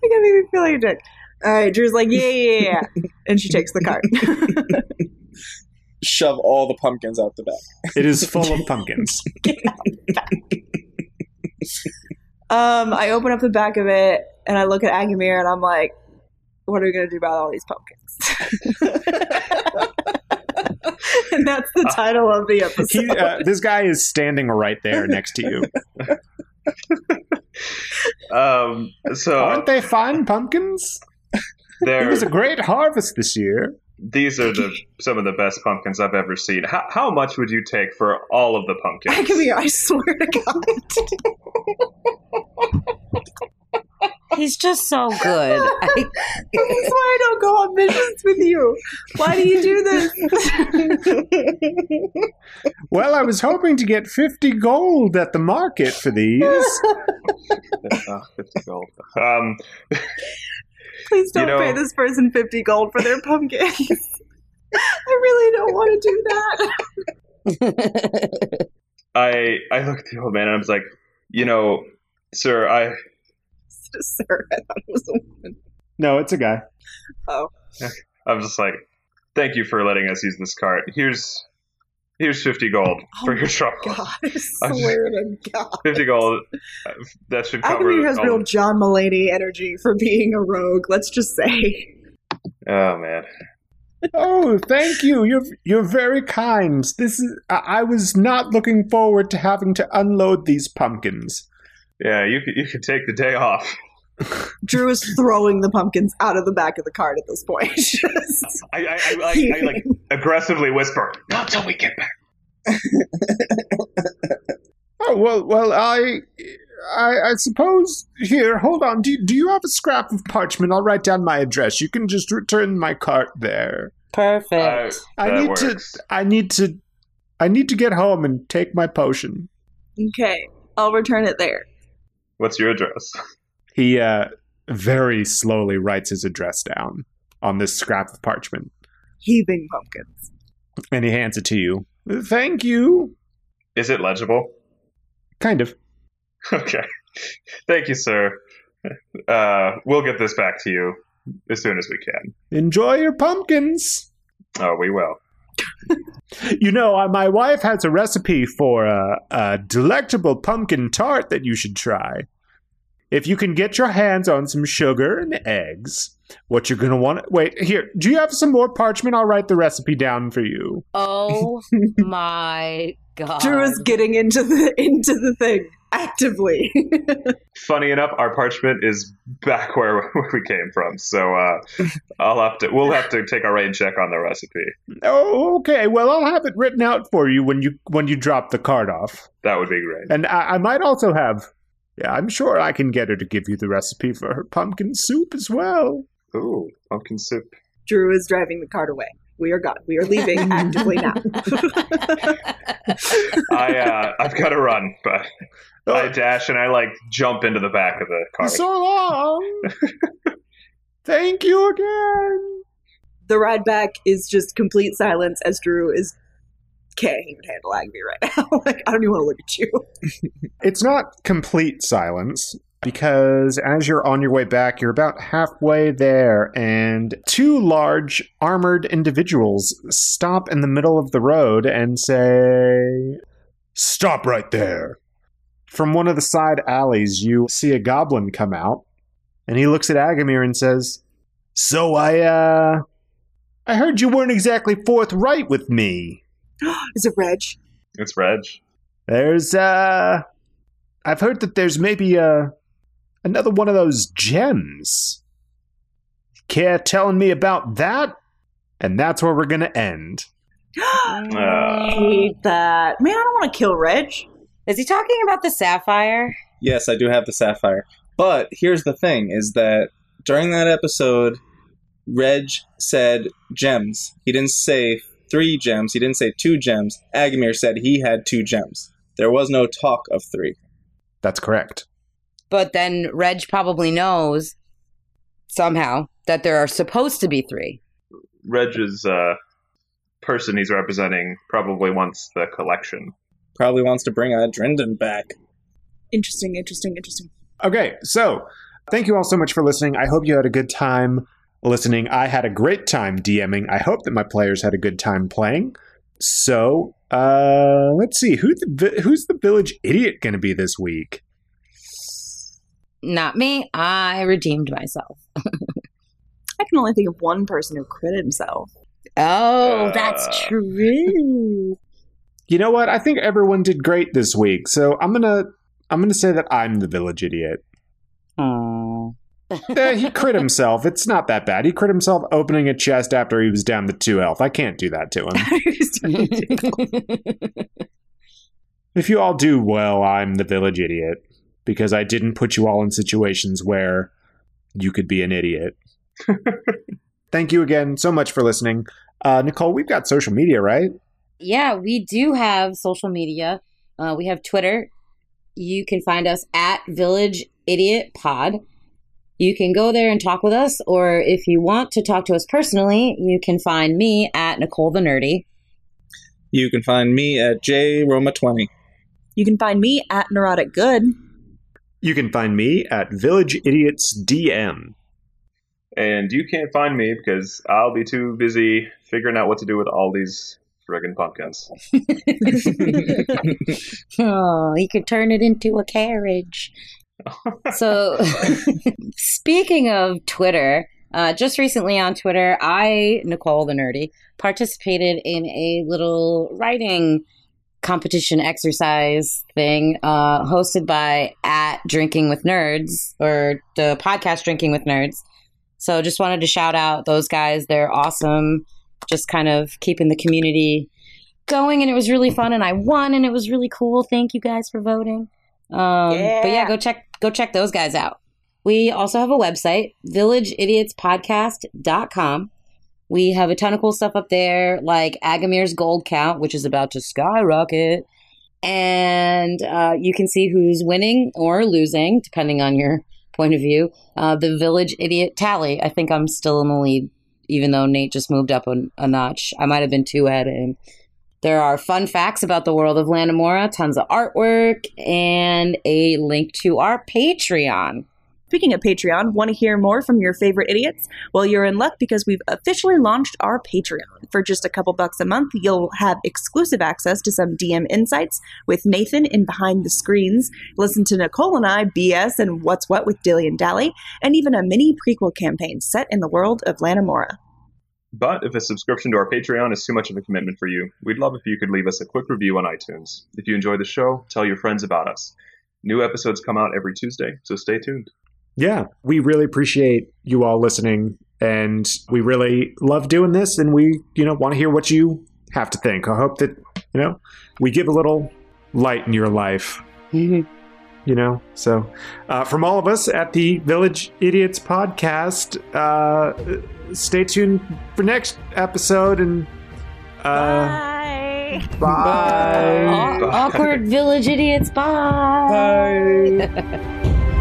S2: make me feel like a dick. All right, Drew's like, yeah, yeah, yeah, yeah. and she takes the cart.
S4: Shove all the pumpkins out the back.
S3: it is full of pumpkins.
S2: um, I open up the back of it and I look at Agamir and I'm like, what are we gonna do about all these pumpkins? and that's the title of the episode.
S3: He, uh, this guy is standing right there next to you.
S5: Um, so
S3: Aren't they fine pumpkins? It
S5: there,
S3: was a great harvest this year.
S5: these are the some of the best pumpkins I've ever seen. How, how much would you take for all of the pumpkins?
S2: Agamir, I swear to God.
S1: He's just so good. I,
S2: That's why I don't go on missions with you. Why do you do this?
S3: Well, I was hoping to get 50 gold at the market for these.
S5: Oh, 50 gold. Um,
S2: Please don't
S5: You know-
S2: pay this person 50 gold for their pumpkins. I really don't want to do that.
S5: I I look at the old man and I was like, you know, sir, I
S2: Sir, I thought it was a woman.
S3: No, it's a guy.
S5: I'm just like, thank you for letting us use this cart. Here's here's 50 gold
S2: Oh
S5: for
S2: my
S5: your trouble.
S2: God, I
S5: I'm just-
S2: swear to God.
S5: 50 gold. uh, That should cover.
S2: Agamir has
S5: all-
S2: real John Mulaney energy for being a rogue, let's just say.
S5: Oh man.
S3: Oh, thank you. You're you're very kind. This is I, I was not looking forward to having to unload these pumpkins.
S5: Yeah, you could, you could take the day off.
S2: Drew is throwing the pumpkins out of the back of the cart at this point. Just-
S5: I, I, I, like, I like aggressively whisper, not till we get back.
S3: Oh well, well I. I, I suppose here. Hold on. Do do you have a scrap of parchment? I'll write down my address. You can just return my cart there.
S5: Uh,
S1: perfect.
S3: I
S5: that
S3: need
S5: works.
S3: to. I need to. I need to get home and take my potion.
S2: okay, I'll return it there.
S5: What's your address?
S3: He uh, very slowly writes his address down on this scrap of parchment,
S2: Heaving pumpkins.
S3: and he hands it to you. Thank you.
S5: Is it legible?
S3: Kind of.
S5: Okay. Thank you, sir. Uh, we'll get this back to you as soon as we can.
S3: Enjoy your pumpkins.
S5: Oh, we will.
S3: You know, uh, my wife has a recipe for a, a delectable pumpkin tart that you should try. If you can get your hands on some sugar and eggs, what you're going to want to. Wait, here, do you have some more parchment? I'll write the recipe down for you.
S1: Oh my god.
S2: Drew is getting into the into the thing actively.
S5: Funny enough, our parchment is back where we came from, so uh, I'll have to. We'll have to take a rain check on the recipe.
S3: Oh, okay. Well, I'll have it written out for you when you when you drop the card off,
S5: That would be great.
S3: and I, I might also have. Yeah, I'm sure I can get her to give you the recipe for her pumpkin soup as well.
S5: Ooh, pumpkin soup.
S2: Drew is driving the cart away. We are gone. We are leaving actively now.
S5: I uh, I've got to run, but I dash and I like jump into the back of the car.
S3: So long. Thank you again.
S2: The ride back is just complete silence as Drew is can't even handle Agby right now. like I don't even want to look at you.
S3: It's not complete silence because as you're on your way back, you're about halfway there, and two large armored individuals stop in the middle of the road and say, Stop right there. From one of the side alleys, you see a goblin come out, and he looks at Agamir and says, So I, uh. I heard you weren't exactly forthright with me.
S2: Is it Reg?
S5: It's Reg.
S3: There's uh I've heard that there's maybe uh another one of those gems. Care telling me about that? And that's where we're gonna end.
S5: Uh.
S2: Hate that. Man, I don't want to kill Reg.
S1: is he talking about the sapphire?
S4: Yes, I do have the sapphire. But here's the thing is that during that episode, Reg said gems. He didn't say three gems, he didn't say two gems. Agamir said he had two gems. There was no talk of three.
S3: That's correct.
S1: But then Reg probably knows somehow that there are supposed to be three.
S5: Reg's uh, person he's representing probably wants the collection.
S4: Probably wants to bring Adrendon back.
S2: Interesting, interesting, interesting.
S3: Okay, so thank you all so much for listening. I hope you had a good time listening. I had a great time DMing. I hope that my players had a good time playing. So uh, let's see who the, vi- who's the village idiot going to be this week.
S1: Not me. I redeemed myself.
S2: I can only think of one person who crit himself.
S1: Oh,
S5: Uh.
S1: that's true.
S3: You know what? I think everyone did great this week. So I'm gonna I'm gonna say that I'm the village idiot.
S1: Oh.
S3: Eh, he crit himself. It's not that bad. He crit himself opening a chest after he was down to two health. I can't do that to him. if you all do well, I'm the village idiot because I didn't put you all in situations where you could be an idiot. Thank you again so much for listening. Uh, Nicole, we've got social media, right?
S1: yeah, we do have social media. Uh, we have Twitter. You can find us at Village Idiot Pod. You can go there and talk with us, or if you want to talk to us personally, you can find me at Nicole the Nerdy.
S4: You can find me at jroma20.
S2: You can find me at Neurotic Good.
S3: You can find me at Village Idiots DM.
S5: And you can't find me because I'll be too busy figuring out what to do with all these friggin' pumpkins.
S1: oh, you could turn it into a carriage. so, speaking of Twitter, uh, just recently on Twitter, I, Nicole the Nerdy, participated in a little writing competition exercise thing uh, hosted by at Drinking with Nerds or the podcast Drinking with Nerds. So, just wanted to shout out those guys. They're awesome. Just kind of keeping the community going and it was really fun and I won and it was really cool. Thank you guys for voting. Um, But yeah,
S2: Yeah.
S1: go check go check those guys out. We also have a website, villageidiotspodcast.com. We have a ton of cool stuff up there, like Agamir's gold count, which is about to skyrocket. And uh, you can see who's winning or losing, depending on your point of view. Uh, the Village Idiot tally. I think I'm still in the lead, even though Nate just moved up a, a notch. I might have been two ahead of him. There are fun facts about the world of Lanamora, tons of artwork, and a link to our Patreon.
S2: Speaking of Patreon, want to hear more from your favorite idiots? Well, you're in luck because we've officially launched our Patreon. For just a couple bucks a month, you'll have exclusive access to some DM insights with Nathan in Behind the Screens, listen to Nicole and I BS and What's What with Dilly and Dally, and even a mini prequel campaign set in the world of Lanamora.
S5: But if a subscription to our Patreon is too much of a commitment for you, we'd love if you could leave us a quick review on iTunes. If you enjoy the show, tell your friends about us. New episodes come out every Tuesday, so stay tuned.
S3: yeah, we really appreciate you all listening and we really love doing this and we, you know, want to hear what you have to think. I hope that, you know, we give a little light in your life, you know. So, uh, from all of us at the Village Idiots podcast, uh, stay tuned for next episode and uh,
S2: Bye!
S3: bye.
S1: Aw-
S5: Bye.
S1: awkward Village Idiots.
S4: Bye.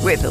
S7: With the